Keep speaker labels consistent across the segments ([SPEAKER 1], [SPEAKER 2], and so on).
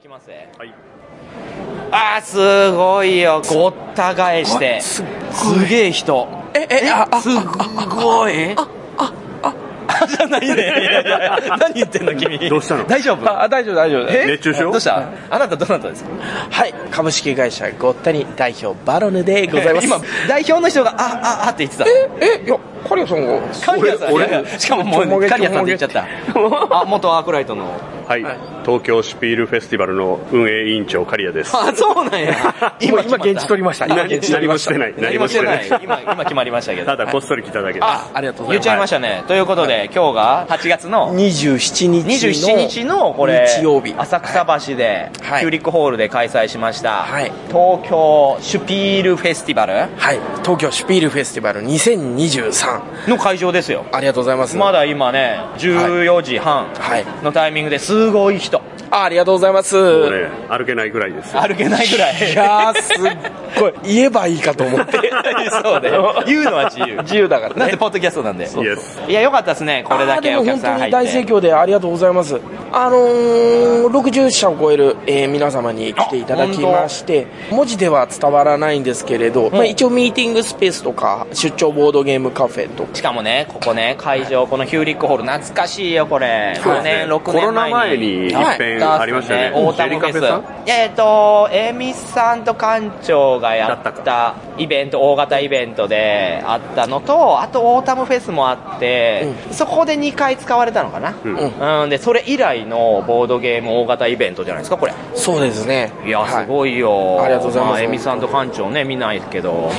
[SPEAKER 1] きますね
[SPEAKER 2] はい
[SPEAKER 1] あーすごいよごった返して
[SPEAKER 2] あす
[SPEAKER 1] す
[SPEAKER 2] っ
[SPEAKER 1] げえ人
[SPEAKER 2] ええああ
[SPEAKER 1] すっごいあああじゃないねいやいやいや何言ってんの君
[SPEAKER 2] どうしたの
[SPEAKER 1] 大丈夫
[SPEAKER 3] あ、大丈夫、大丈夫。
[SPEAKER 1] え
[SPEAKER 2] 熱中症
[SPEAKER 1] どうしたあなたどなたですか
[SPEAKER 3] はい、株式会社ゴッタニ代表バロヌでございます。
[SPEAKER 1] 今代表の人があああって言ってた
[SPEAKER 3] え、いや、カリアさんが、
[SPEAKER 1] カリアさん
[SPEAKER 2] 俺
[SPEAKER 1] いやいやしかもも
[SPEAKER 3] ちょも
[SPEAKER 1] う
[SPEAKER 3] げ
[SPEAKER 1] カリアさんって言っちゃったあ元アークライトの
[SPEAKER 2] はい、東京シュピールフェスティバルの運営委員長刈谷です
[SPEAKER 1] あそうなん や
[SPEAKER 3] 今今現地取りました
[SPEAKER 1] 今現地取りました
[SPEAKER 2] 何もしてない
[SPEAKER 1] 何もしてない
[SPEAKER 2] 何も
[SPEAKER 1] 今今決まりましたけど
[SPEAKER 2] ただこっそり来ただけです、
[SPEAKER 1] あ
[SPEAKER 3] ありがとうございます
[SPEAKER 1] 言っちゃいましたねということで今日が8月の
[SPEAKER 3] 27日の、
[SPEAKER 1] 27日のこれ
[SPEAKER 3] 日曜日。
[SPEAKER 1] 浅草橋でキュ
[SPEAKER 3] はい
[SPEAKER 1] ーリックホールで開催しました
[SPEAKER 3] はい
[SPEAKER 1] 東京シュピールフェスティバル
[SPEAKER 3] はい、東京シュピールフェスティバル2023。
[SPEAKER 1] の会場ですよ
[SPEAKER 3] ありがとうございます。
[SPEAKER 1] まだ今ね14時半
[SPEAKER 3] はい
[SPEAKER 1] のタイミングですごい人
[SPEAKER 3] あ、ありがとうございます。
[SPEAKER 2] もうね歩けないぐらいです
[SPEAKER 1] 歩けないぐらい
[SPEAKER 3] いやー、すっごい。言えばいいかと思って。
[SPEAKER 1] そう ね言うのは自由
[SPEAKER 3] 自由だから
[SPEAKER 1] なんで
[SPEAKER 3] ね。
[SPEAKER 1] ポッドキャストなんで
[SPEAKER 2] イエス
[SPEAKER 1] いやよかったですねこれだけ
[SPEAKER 3] あー
[SPEAKER 1] お
[SPEAKER 3] で
[SPEAKER 1] 客
[SPEAKER 3] も
[SPEAKER 1] さん入
[SPEAKER 3] 本
[SPEAKER 1] って
[SPEAKER 3] 当に大盛況でありがとうございます。あのー、60社を超える、えー皆様に来ていただきまして、文字では伝わらないんですけれど、まあ、一応ミーティングスペースとか、出張ボードゲームカフェとか、
[SPEAKER 1] しかもね、ここね、会場、このヒューリックホール、懐かしいよ、これ。
[SPEAKER 2] そう
[SPEAKER 1] 5
[SPEAKER 2] ですね
[SPEAKER 1] 年、6年前に。
[SPEAKER 2] コロナ前に一遍ありましたよね
[SPEAKER 1] 大田フ
[SPEAKER 2] ジェリカフェ
[SPEAKER 1] ェス。えっと、エミさんと館長がや
[SPEAKER 2] だ
[SPEAKER 1] っ
[SPEAKER 2] った
[SPEAKER 1] たイベント、大型イベントであったのと、あとオータムフェスもあって、そこで2回使われたのかな。
[SPEAKER 2] うん
[SPEAKER 1] うん、で、それ以来のボードゲーム大型イベントじゃないですか、これ。
[SPEAKER 3] そうですね。
[SPEAKER 1] いや、
[SPEAKER 3] は
[SPEAKER 1] すごいよ。
[SPEAKER 3] ありがとうございます
[SPEAKER 1] あエミさんと館長ね、見ないけ ど。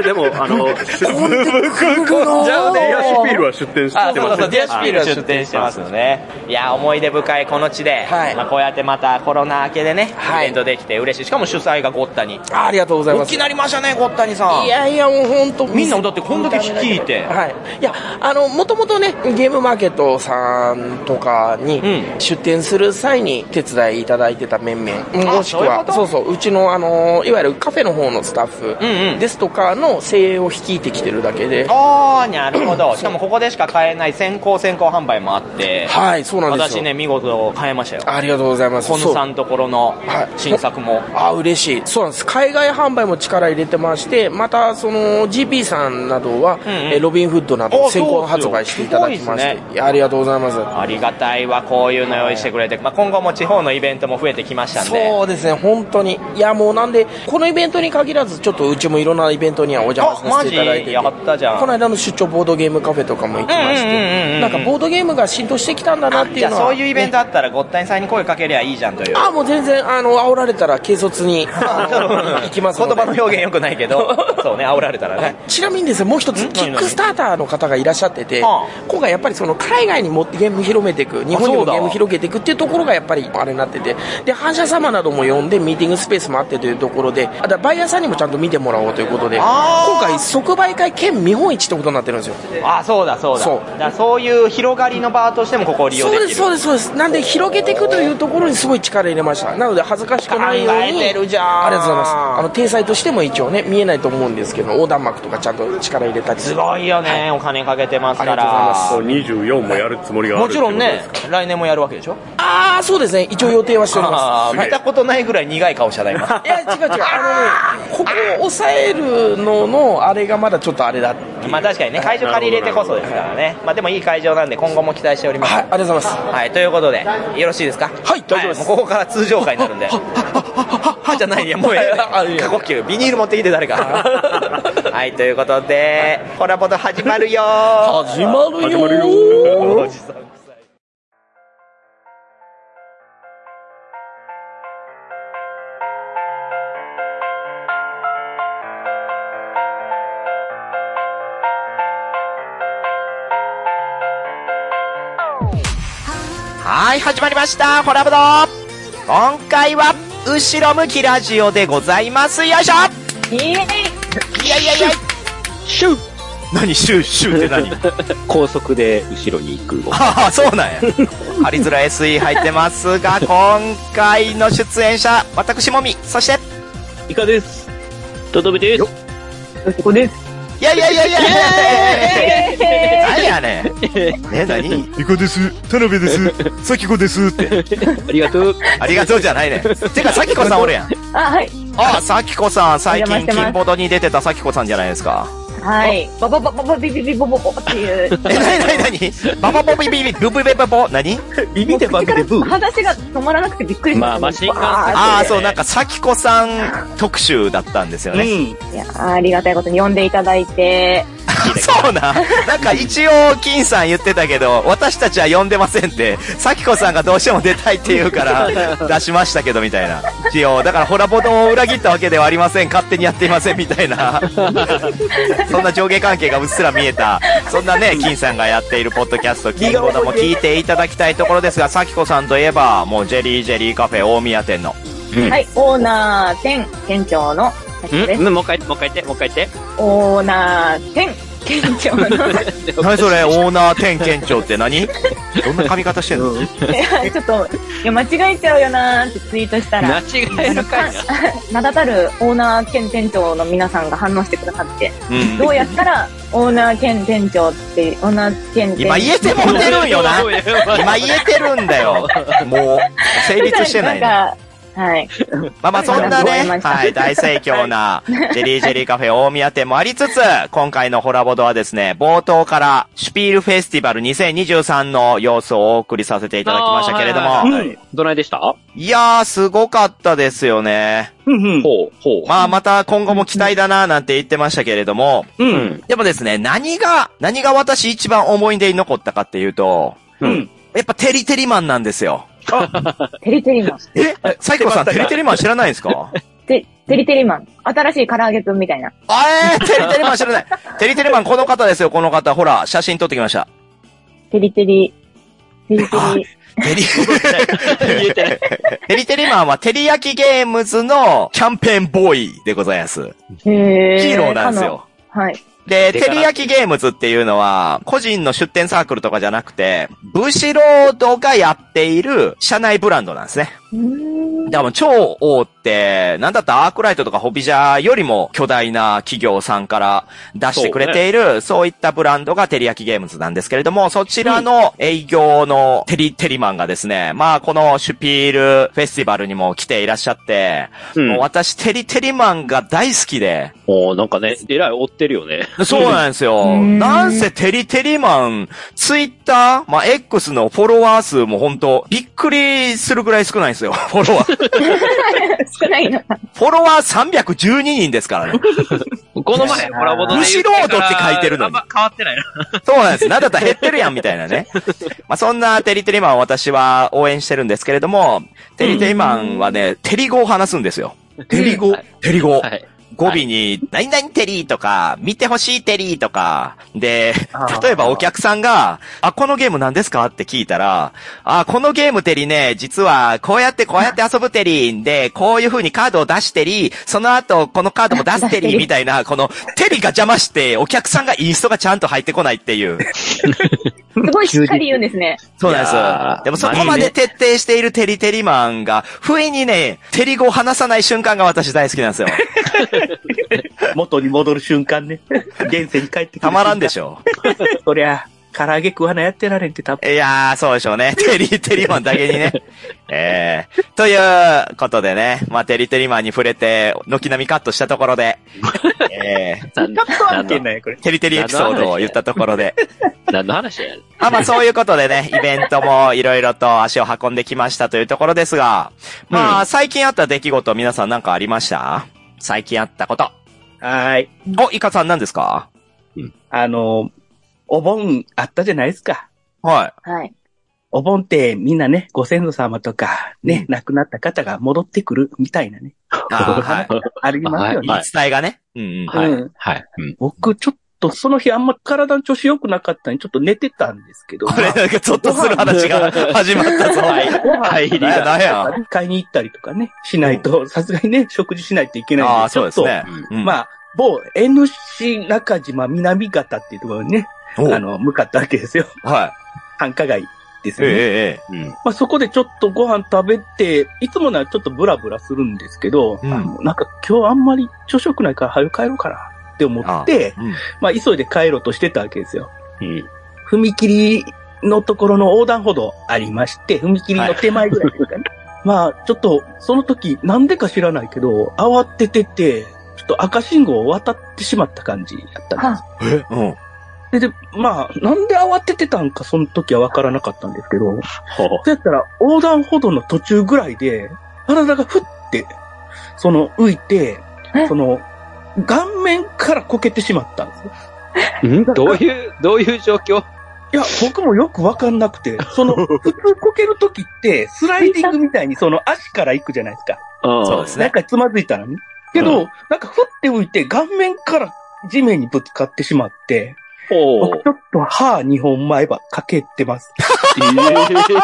[SPEAKER 2] えでもあのシュ
[SPEAKER 3] ブーブー来るの
[SPEAKER 1] じゃあ
[SPEAKER 2] デ
[SPEAKER 1] ね
[SPEAKER 2] ィアシュピールは出店
[SPEAKER 1] あ、そ
[SPEAKER 2] して
[SPEAKER 1] うそう
[SPEAKER 2] ます
[SPEAKER 1] そう、ディアシピール
[SPEAKER 3] はい
[SPEAKER 1] 出店してますよね。いや、思い出深いこの地で、
[SPEAKER 3] はい
[SPEAKER 1] まあ、こうやってまたコロナ明けでね、
[SPEAKER 3] はい
[SPEAKER 1] イベントできて嬉しい。しかも主催がゴッタに。
[SPEAKER 3] あありがとうございま
[SPEAKER 1] 大
[SPEAKER 3] す。
[SPEAKER 1] き
[SPEAKER 3] い
[SPEAKER 1] なりましたね、ゴッタにさん。
[SPEAKER 3] やいや、もう本当
[SPEAKER 1] みんなだってこんだけ率いて
[SPEAKER 3] はい。いや、あの、もともとね、ゲームマーケットさんとかに
[SPEAKER 1] うん
[SPEAKER 3] 出店する際に手伝いいただいてた面々、
[SPEAKER 1] あ
[SPEAKER 3] もしく
[SPEAKER 1] そういうこ
[SPEAKER 3] は、
[SPEAKER 1] と
[SPEAKER 3] そうそう、うちの、あの、いわゆるカフェの方のスタッ
[SPEAKER 1] うんうん
[SPEAKER 3] フですとかの精鋭を率いてきてるだけで、
[SPEAKER 1] あー、なるほど。しかもここでしか買えない先行先行販売もあって。
[SPEAKER 3] はい、そうなんです
[SPEAKER 1] 私
[SPEAKER 3] よ。
[SPEAKER 1] ね、見事買えましたよ。
[SPEAKER 3] ありがとうございます。
[SPEAKER 1] コン
[SPEAKER 3] そう
[SPEAKER 1] さんところの
[SPEAKER 3] はい
[SPEAKER 1] 新作も。
[SPEAKER 3] あ嬉しいそうなんです海外販売も力入れてましてまたその GP さんなどは、えーロビンフッドなど
[SPEAKER 1] あ
[SPEAKER 3] 先行
[SPEAKER 1] そうです
[SPEAKER 3] 発
[SPEAKER 1] よ
[SPEAKER 3] 売していただきまし
[SPEAKER 1] すごい
[SPEAKER 3] て
[SPEAKER 1] です
[SPEAKER 3] いやありがとうございます
[SPEAKER 1] ありがたいわ、こういうの用意してくれて。まあ、今後も地方のイベントも増えてきましたんで。
[SPEAKER 3] そうですね本当にいやもうなんでこのイベントに限らずちょっとうちもいろんなイベントにはお邪魔させていただいてて
[SPEAKER 1] あマジやったじゃん
[SPEAKER 3] この間の出張ボードゲームカフェとかも行きまし
[SPEAKER 1] うんうんうんうんう
[SPEAKER 3] て
[SPEAKER 1] ん
[SPEAKER 3] なんかボードゲームが浸透してきたんだなって
[SPEAKER 1] じ
[SPEAKER 3] いう
[SPEAKER 1] ゃあ
[SPEAKER 3] のは
[SPEAKER 1] そういうイベン
[SPEAKER 3] ね
[SPEAKER 1] トあったら、ごったにさんに声かけりゃいいじゃんという。
[SPEAKER 3] あもう全然あの煽られたら軽率 にあの行きますので
[SPEAKER 1] 言葉の表現よくないけ どそうね煽られたらね
[SPEAKER 3] ちなみにですねもう一つ
[SPEAKER 1] ん
[SPEAKER 3] キックスターターの方がいらっしゃってて
[SPEAKER 1] はあ
[SPEAKER 3] 今回やっぱりその海外にもゲーム広めていく日本に
[SPEAKER 1] そう
[SPEAKER 3] も
[SPEAKER 1] だ
[SPEAKER 3] ゲーム広げていくっていうところがやっぱりあれになっててで反射様なども呼んでミーティングスペースもあってというところであとバイヤーさんにもちゃんと見てもらおうということで
[SPEAKER 1] あー
[SPEAKER 3] 今回即売会兼見本市ってことになってるんですよ
[SPEAKER 1] あそうだそうだ
[SPEAKER 3] そう
[SPEAKER 1] だからそういう広がりの場としてもここを利用
[SPEAKER 3] そう
[SPEAKER 1] で
[SPEAKER 3] で
[SPEAKER 1] き
[SPEAKER 3] す
[SPEAKER 1] る
[SPEAKER 3] そうですそうですなんで広げていくというところにすごい力入れましたなので恥ずかしくないように
[SPEAKER 1] 考えてるじゃん
[SPEAKER 3] ありがとうございますあの体裁としても一応ね見えないと思うんですけど横断幕とかちゃんと力入れたり
[SPEAKER 1] すごいよね、お金かけてますか
[SPEAKER 3] ありがとうござい
[SPEAKER 1] ら
[SPEAKER 3] ま
[SPEAKER 2] 24もやるつもりがある
[SPEAKER 1] もちろんね来年もやるわけでしょ
[SPEAKER 3] ああそうですね一応予定はしており
[SPEAKER 1] あ
[SPEAKER 3] ま
[SPEAKER 1] あ
[SPEAKER 3] す
[SPEAKER 1] 見たことないぐらい苦い顔したな今
[SPEAKER 3] いや違う違うあのねここを抑えるののあれがまだちょっとあれだってい う
[SPEAKER 1] まあ確かにね会場借り入れてこそですからね、まあ、でもいい会場なんで今後も期待しております
[SPEAKER 3] はいありがとうございます
[SPEAKER 1] はい、ということで、よろしいですかはい
[SPEAKER 3] 大丈夫です
[SPEAKER 1] もうここから通常回になるんで。は、じゃないいや、もうえ
[SPEAKER 3] あい
[SPEAKER 1] えね。
[SPEAKER 3] いよ
[SPEAKER 1] 過呼吸、ビニール持ってきて誰か。 はい、ということで、コラボと始まるよー
[SPEAKER 3] 始まるよー
[SPEAKER 2] 始まるよー
[SPEAKER 1] おじさん臭いはい、始まりました、ホラブド今回は、後ろ向きラジオでございます。よいしょいやいやいやシュ何シュシュって 何
[SPEAKER 4] 高速で後ろに行く。
[SPEAKER 1] ああ、そうなんや。ハリズラ SE 入ってますが、今回の出演者、私もみ、そして、
[SPEAKER 4] イカです。とどめです。よこです。
[SPEAKER 1] いやいやいやいや何やねん。ね、何
[SPEAKER 5] リコです。田辺です。さきこです。って。
[SPEAKER 4] ありが とう。
[SPEAKER 1] ありがとうじゃないね。てか、さきこさんおるやん。
[SPEAKER 6] あ、はい。
[SPEAKER 1] あ、さきこさん、最
[SPEAKER 6] お
[SPEAKER 1] 近、
[SPEAKER 6] 邪魔してま
[SPEAKER 1] 金
[SPEAKER 6] す
[SPEAKER 1] ボドに出てたさきこさんじゃないですか。
[SPEAKER 6] はい。バババババビビビボボボって いう。
[SPEAKER 1] え、なになになにババボビビビ、ブブベバボ、なに
[SPEAKER 4] ビビってバビでブー。
[SPEAKER 6] 話が止まらなくてびっくりし
[SPEAKER 4] まあマシンガン
[SPEAKER 1] ああ、そう、なんか、さきこさん特集だったんですよ
[SPEAKER 4] う
[SPEAKER 1] ね。
[SPEAKER 4] ん。
[SPEAKER 6] いやーありがたいことに呼んでいただいて、
[SPEAKER 1] そうなん。なんか、一応、金さん言ってたけど、私たちは呼んでませんって、さきこさんがどうしても出たいって言うから、出しましたけど、みたいな。一応、だから、ホラボドを裏切ったわけではありません。勝手にやっていません、みたいな。そんな上下関係がうっすら見えた。そんなね、金さんがやっているポッドキャスト、金ボドも聞いていただきたいところですが、さきこさんといえば、もう、ジェリージェリーカフェ大宮店の。
[SPEAKER 6] はい、オーナー店、店長の、です
[SPEAKER 4] んもう一回、もう一回言って、もう一回言って。
[SPEAKER 6] オーナー店、店長の、
[SPEAKER 1] 何それ、オーナー店店長って何どんな髪型してんの
[SPEAKER 6] ちょっと、いや、間違えちゃうよなーってツイートした
[SPEAKER 4] 間
[SPEAKER 6] ら、
[SPEAKER 4] 違えるかいな。
[SPEAKER 6] 名だたるオーナー兼店長の皆さんが反応してくださって、
[SPEAKER 1] うん
[SPEAKER 6] どうやったら、オーナー兼店長って、オーナー兼店長。
[SPEAKER 1] 今言えてもってるんよな。今言えてるんだよ。もう、成立してないな。
[SPEAKER 6] んか、はい。
[SPEAKER 1] まあまあそんなね
[SPEAKER 6] 思いま、した
[SPEAKER 1] はい、大盛況な、ジェリージェリーカフェ大宮店もありつつ、今回のホラボドはですね、冒頭から、シュピールフェスティバル2023の様子をお送りさせていただきましたけれど
[SPEAKER 4] あーはい
[SPEAKER 1] も、
[SPEAKER 4] はいどないでしたほ
[SPEAKER 1] いやー、すごかったですよね。
[SPEAKER 4] うほう。
[SPEAKER 1] まあまた今後も期待だなーなんて言ってましたけれども、
[SPEAKER 4] うん。
[SPEAKER 1] でもですね、何が、何が私一番思い出に残ったかっていうと、
[SPEAKER 4] うん。
[SPEAKER 1] やっぱテリテリマンなんですよ。
[SPEAKER 6] テリテリ マン。
[SPEAKER 1] えサイコさん、テリテリマン知らないんですか
[SPEAKER 6] テテリテリマン。新しい唐揚げくんみたいな。
[SPEAKER 1] あえー、テリテリマン知らない。テリテリマン、この方ですよ、この方。ほら、写真撮ってきました。
[SPEAKER 6] テリテリ、テリテリ。
[SPEAKER 1] テリ、
[SPEAKER 4] 言えてない。
[SPEAKER 1] テリテリマンは、テリヤキゲームズのキャンペーンボーイでございます。
[SPEAKER 6] ヒ
[SPEAKER 1] ヒー
[SPEAKER 6] ー
[SPEAKER 1] ローなんですよ。
[SPEAKER 6] はい。
[SPEAKER 1] で、
[SPEAKER 4] でか
[SPEAKER 1] テ
[SPEAKER 4] な
[SPEAKER 1] リヤキゲームズっていうのは、個人の出店サークルとかじゃなくて、ブシロードがやっている社内ブランドなんですね。
[SPEAKER 6] うーん
[SPEAKER 1] でも超大って、なんだったアークライトとかホビジャーよりも巨大な企業さんから出してくれている、そう,、いったブランドがテリヤキゲームズなんですけれども、そちらの営業のテリテリマンがですね、まあこのシュピールフェスティバルにも来ていらっしゃって、
[SPEAKER 4] うん
[SPEAKER 1] もう私テリテリマンが大好きで、
[SPEAKER 4] おーなんかね、えらい追ってるよね。
[SPEAKER 1] そうなんですよ。
[SPEAKER 6] うん
[SPEAKER 1] なんせテリテリマン、ツイッター、まあ、X のフォロワー数もほんと、びっくりするぐらい少ないんですよ、フォロワー。
[SPEAKER 6] 少な いな。
[SPEAKER 1] フォロワー312人ですから ね。
[SPEAKER 4] この前、コラボの内容
[SPEAKER 1] むしろどって書いてるのに
[SPEAKER 4] あんま変わってないな。
[SPEAKER 1] そうなんです。なんだったら減ってるやん、みたいなね。まあ、そんなテリテリマンを私は応援してるんですけれども、テリテリマンはね、テリ語を話すんですよ。テリ語
[SPEAKER 4] はい
[SPEAKER 1] テリ語。
[SPEAKER 4] はい。
[SPEAKER 1] 語尾に、何々テリーとか、見てほしいテリーとか、で
[SPEAKER 4] あ、ー
[SPEAKER 1] 例えばお客さんが、あ、このゲーム何ですかって聞いたら、あ、このゲームテリね、実は、こうやってこうやって遊ぶテリーで、こういう風にカードを出してり、その後、このカードも出すテリ ーみたいな、この、テリが邪魔して、お客さんがインストがちゃんと入ってこないっていう。
[SPEAKER 6] すごいしっかり言うんですね。
[SPEAKER 1] そうなん
[SPEAKER 4] い
[SPEAKER 1] で
[SPEAKER 4] や
[SPEAKER 1] す。
[SPEAKER 4] ー
[SPEAKER 1] でもそこまで徹底しているテリテリマンが、不意にね、テリ語を話さない瞬間が私大好きなんですよ。
[SPEAKER 7] 元に戻る瞬間ね。現世に帰ってくる。
[SPEAKER 1] たまらんでしょ。
[SPEAKER 7] そりゃ、唐揚げ食わなやってられんって多分。
[SPEAKER 1] いやー、そうでしょうね。テリーテリマンだけにね。ええということでね、まあ、テリーテリマンに触れて、軒並みカットしたところで、ええ
[SPEAKER 4] 何
[SPEAKER 7] あってん
[SPEAKER 4] の
[SPEAKER 7] だよ、これ。
[SPEAKER 1] テリーテリエピソードを言ったところで。
[SPEAKER 4] 何の話やねん
[SPEAKER 1] あ、まあ、そういうことでね、イベントもいろいろと足を運んできましたというところですが、まあ、最近あった出来事、皆さんなんかありました最近あったこと。
[SPEAKER 7] はーい。
[SPEAKER 1] お、イカさん何ですか
[SPEAKER 7] あの、お盆あったじゃないですか。
[SPEAKER 1] は
[SPEAKER 6] はい。
[SPEAKER 7] お盆ってみんなね、ご先祖様とか、ね、亡くなった方が戻ってくるみたいなね。
[SPEAKER 1] い。あーは
[SPEAKER 7] ありますよね。
[SPEAKER 4] はい
[SPEAKER 1] い。伝えがね。うんうん。
[SPEAKER 4] はい
[SPEAKER 7] うん。
[SPEAKER 4] はい。うん。
[SPEAKER 7] 僕、ちょっとその日あんま体の調子良くなかったんで、ちょっと寝てたんですけど。
[SPEAKER 1] これなんかゾッとする話が始まったぞ。
[SPEAKER 4] 入り
[SPEAKER 1] 何や
[SPEAKER 4] が。
[SPEAKER 1] 何や。
[SPEAKER 7] 買いに行ったりとかね、しないと、さすがにね、食事しないといけないんで。
[SPEAKER 1] ああ、そうです
[SPEAKER 7] ちょっと
[SPEAKER 1] ね。うん
[SPEAKER 7] まあ、某 N 市中島南方っていうところにね、
[SPEAKER 1] お
[SPEAKER 7] あの、向かったわけですよ。
[SPEAKER 1] はい。
[SPEAKER 7] 繁華街です
[SPEAKER 1] ええ
[SPEAKER 7] よ
[SPEAKER 1] え
[SPEAKER 7] ね。
[SPEAKER 4] うん。
[SPEAKER 7] まあ、そこでちょっとご飯食べて、いつもならちょっとブラブラするんですけど、
[SPEAKER 1] うん
[SPEAKER 7] あのなんか今日あんまり朝食ないから早く帰ろうかな。
[SPEAKER 1] え
[SPEAKER 7] って思って、
[SPEAKER 1] うん
[SPEAKER 7] まあ、急いで帰ろうとしてたわけですよ。
[SPEAKER 4] うん。
[SPEAKER 7] 踏切のところの横断歩道ありまして、踏切の手前ぐらいですかね。 まあ、ちょっと、その時、なんでか知らないけど、慌ててて、ちょっと赤信号を渡ってしまった感じやったんです。
[SPEAKER 1] えうん。
[SPEAKER 7] で、で、まあ、なんで慌ててたんか、その時はわからなかったんですけど、そう
[SPEAKER 4] ほう。
[SPEAKER 7] やったら、横断歩道の途中ぐらいで、体がふって、その、浮いて
[SPEAKER 6] え、
[SPEAKER 7] その、顔面からこけてしまったんですよ
[SPEAKER 4] ん どういう、どういう状況
[SPEAKER 7] いや、僕もよくわかんなくて、その、普通こけるときって、スライディングみたいにその足から行くじゃないですか。
[SPEAKER 4] うん。
[SPEAKER 1] そうです
[SPEAKER 7] なん
[SPEAKER 1] ね。
[SPEAKER 7] かつまずいたらね。けど、なんかふって浮いて顔面から地面にぶつかってしまって、
[SPEAKER 4] ほう
[SPEAKER 7] 僕。ちょっと歯2本前歯かけてます。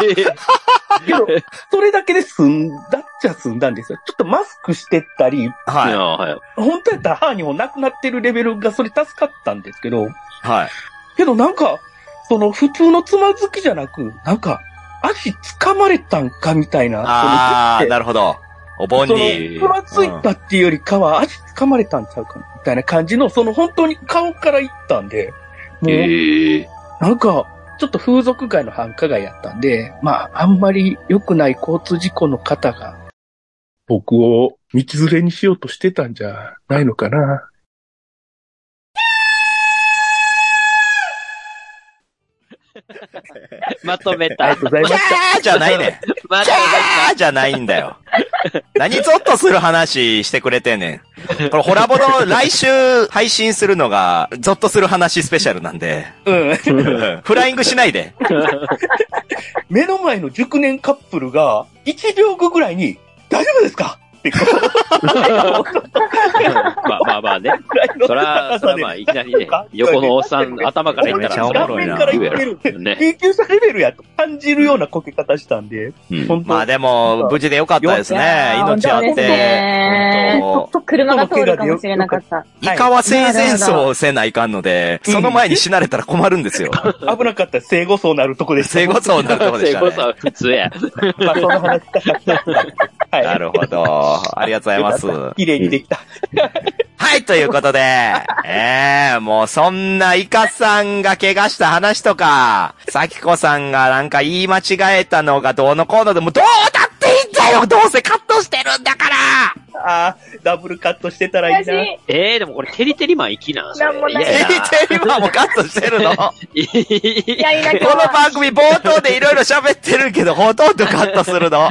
[SPEAKER 7] けど、それだけで済んだっちゃ済んだんですよ。ちょっとマスクしてたり、
[SPEAKER 4] はい。
[SPEAKER 1] は
[SPEAKER 4] はい。
[SPEAKER 7] 本当やったら歯2本なくなってるレベルがそれ助かったんですけど、
[SPEAKER 1] い。はい。
[SPEAKER 7] けどなんか、その普通のつまずきじゃなく、なんか、足掴まれたんかみたいな。
[SPEAKER 1] あー、なるほど。お盆
[SPEAKER 7] その
[SPEAKER 1] に。
[SPEAKER 7] つまずいたっていうよりかは、足掴まれたんちゃうかなみたいな感じの、その本当に顔からいったんで、もう、
[SPEAKER 4] ええ。
[SPEAKER 7] なんか、ちょっと風俗街の繁華街やったんで、まあ、あんまり良くない交通事故の方が、僕を道連れにしようとしてたんじゃないのかな。
[SPEAKER 4] まとめ
[SPEAKER 7] あ
[SPEAKER 4] た
[SPEAKER 7] りが。とうございま
[SPEAKER 1] キ
[SPEAKER 7] す。
[SPEAKER 1] ャーじゃないね。
[SPEAKER 4] ま
[SPEAKER 1] キ
[SPEAKER 4] と
[SPEAKER 1] ャーじゃないんだよ。何ゾッとする話してくれてんねん。これ、ホラボの来週配信するのが、ゾッとする話スペシャルなんで、
[SPEAKER 7] うん。
[SPEAKER 1] フライングしないで。
[SPEAKER 7] 目の前の熟年カップルが、1秒後ぐらいに、大丈夫ですかってこ
[SPEAKER 4] めた。まあまあまあね。
[SPEAKER 7] うぐらいの
[SPEAKER 4] そら、そらまあ、いきなりね、横のおっさん、頭からいったら、
[SPEAKER 1] めっちゃおもろいな
[SPEAKER 7] 顔面から行ってる。
[SPEAKER 4] ね。
[SPEAKER 7] 救急車レベルやと感じるようなこけ方したんで、
[SPEAKER 4] うん
[SPEAKER 7] 本当
[SPEAKER 1] まあでも、無事でよかったですね。
[SPEAKER 6] 本
[SPEAKER 1] 命あ
[SPEAKER 6] 当
[SPEAKER 1] っ
[SPEAKER 6] です
[SPEAKER 1] て
[SPEAKER 6] ね。。
[SPEAKER 1] 本
[SPEAKER 6] ちょっと車が通るかもしれなかった。
[SPEAKER 1] 当イカは生前層をせないかんので、
[SPEAKER 7] うん
[SPEAKER 1] その前に死なれたら困るんですよ。
[SPEAKER 7] 危なかった生後層なる とこでした。
[SPEAKER 1] 生後層になるとこで
[SPEAKER 4] そ
[SPEAKER 1] し
[SPEAKER 4] れ
[SPEAKER 1] た
[SPEAKER 4] こ
[SPEAKER 1] ね。
[SPEAKER 4] そ普通や。
[SPEAKER 7] まあ、その話したかった。 はい。
[SPEAKER 1] なるほど。ありがとうございます。
[SPEAKER 7] 綺麗にできた。
[SPEAKER 1] はい、ということで、 ええもうそんなイカさんが怪我した話とか、サキコさんがなんか言い間違えたのがどうのこうのでもうどうだっていいんだよどうせカットしてるんだから
[SPEAKER 7] ああ、ダブルカットしてたらい
[SPEAKER 6] 悔
[SPEAKER 7] いな。
[SPEAKER 6] しい。
[SPEAKER 4] ええ、でもこれ、テリテリマンきな。
[SPEAKER 6] なんもない
[SPEAKER 4] いやや
[SPEAKER 1] えテ今もカットしてるの こ
[SPEAKER 6] いやいや、今日
[SPEAKER 1] の
[SPEAKER 6] は
[SPEAKER 1] 番組冒頭でいろいろ喋ってるけど、ほとんどカットするの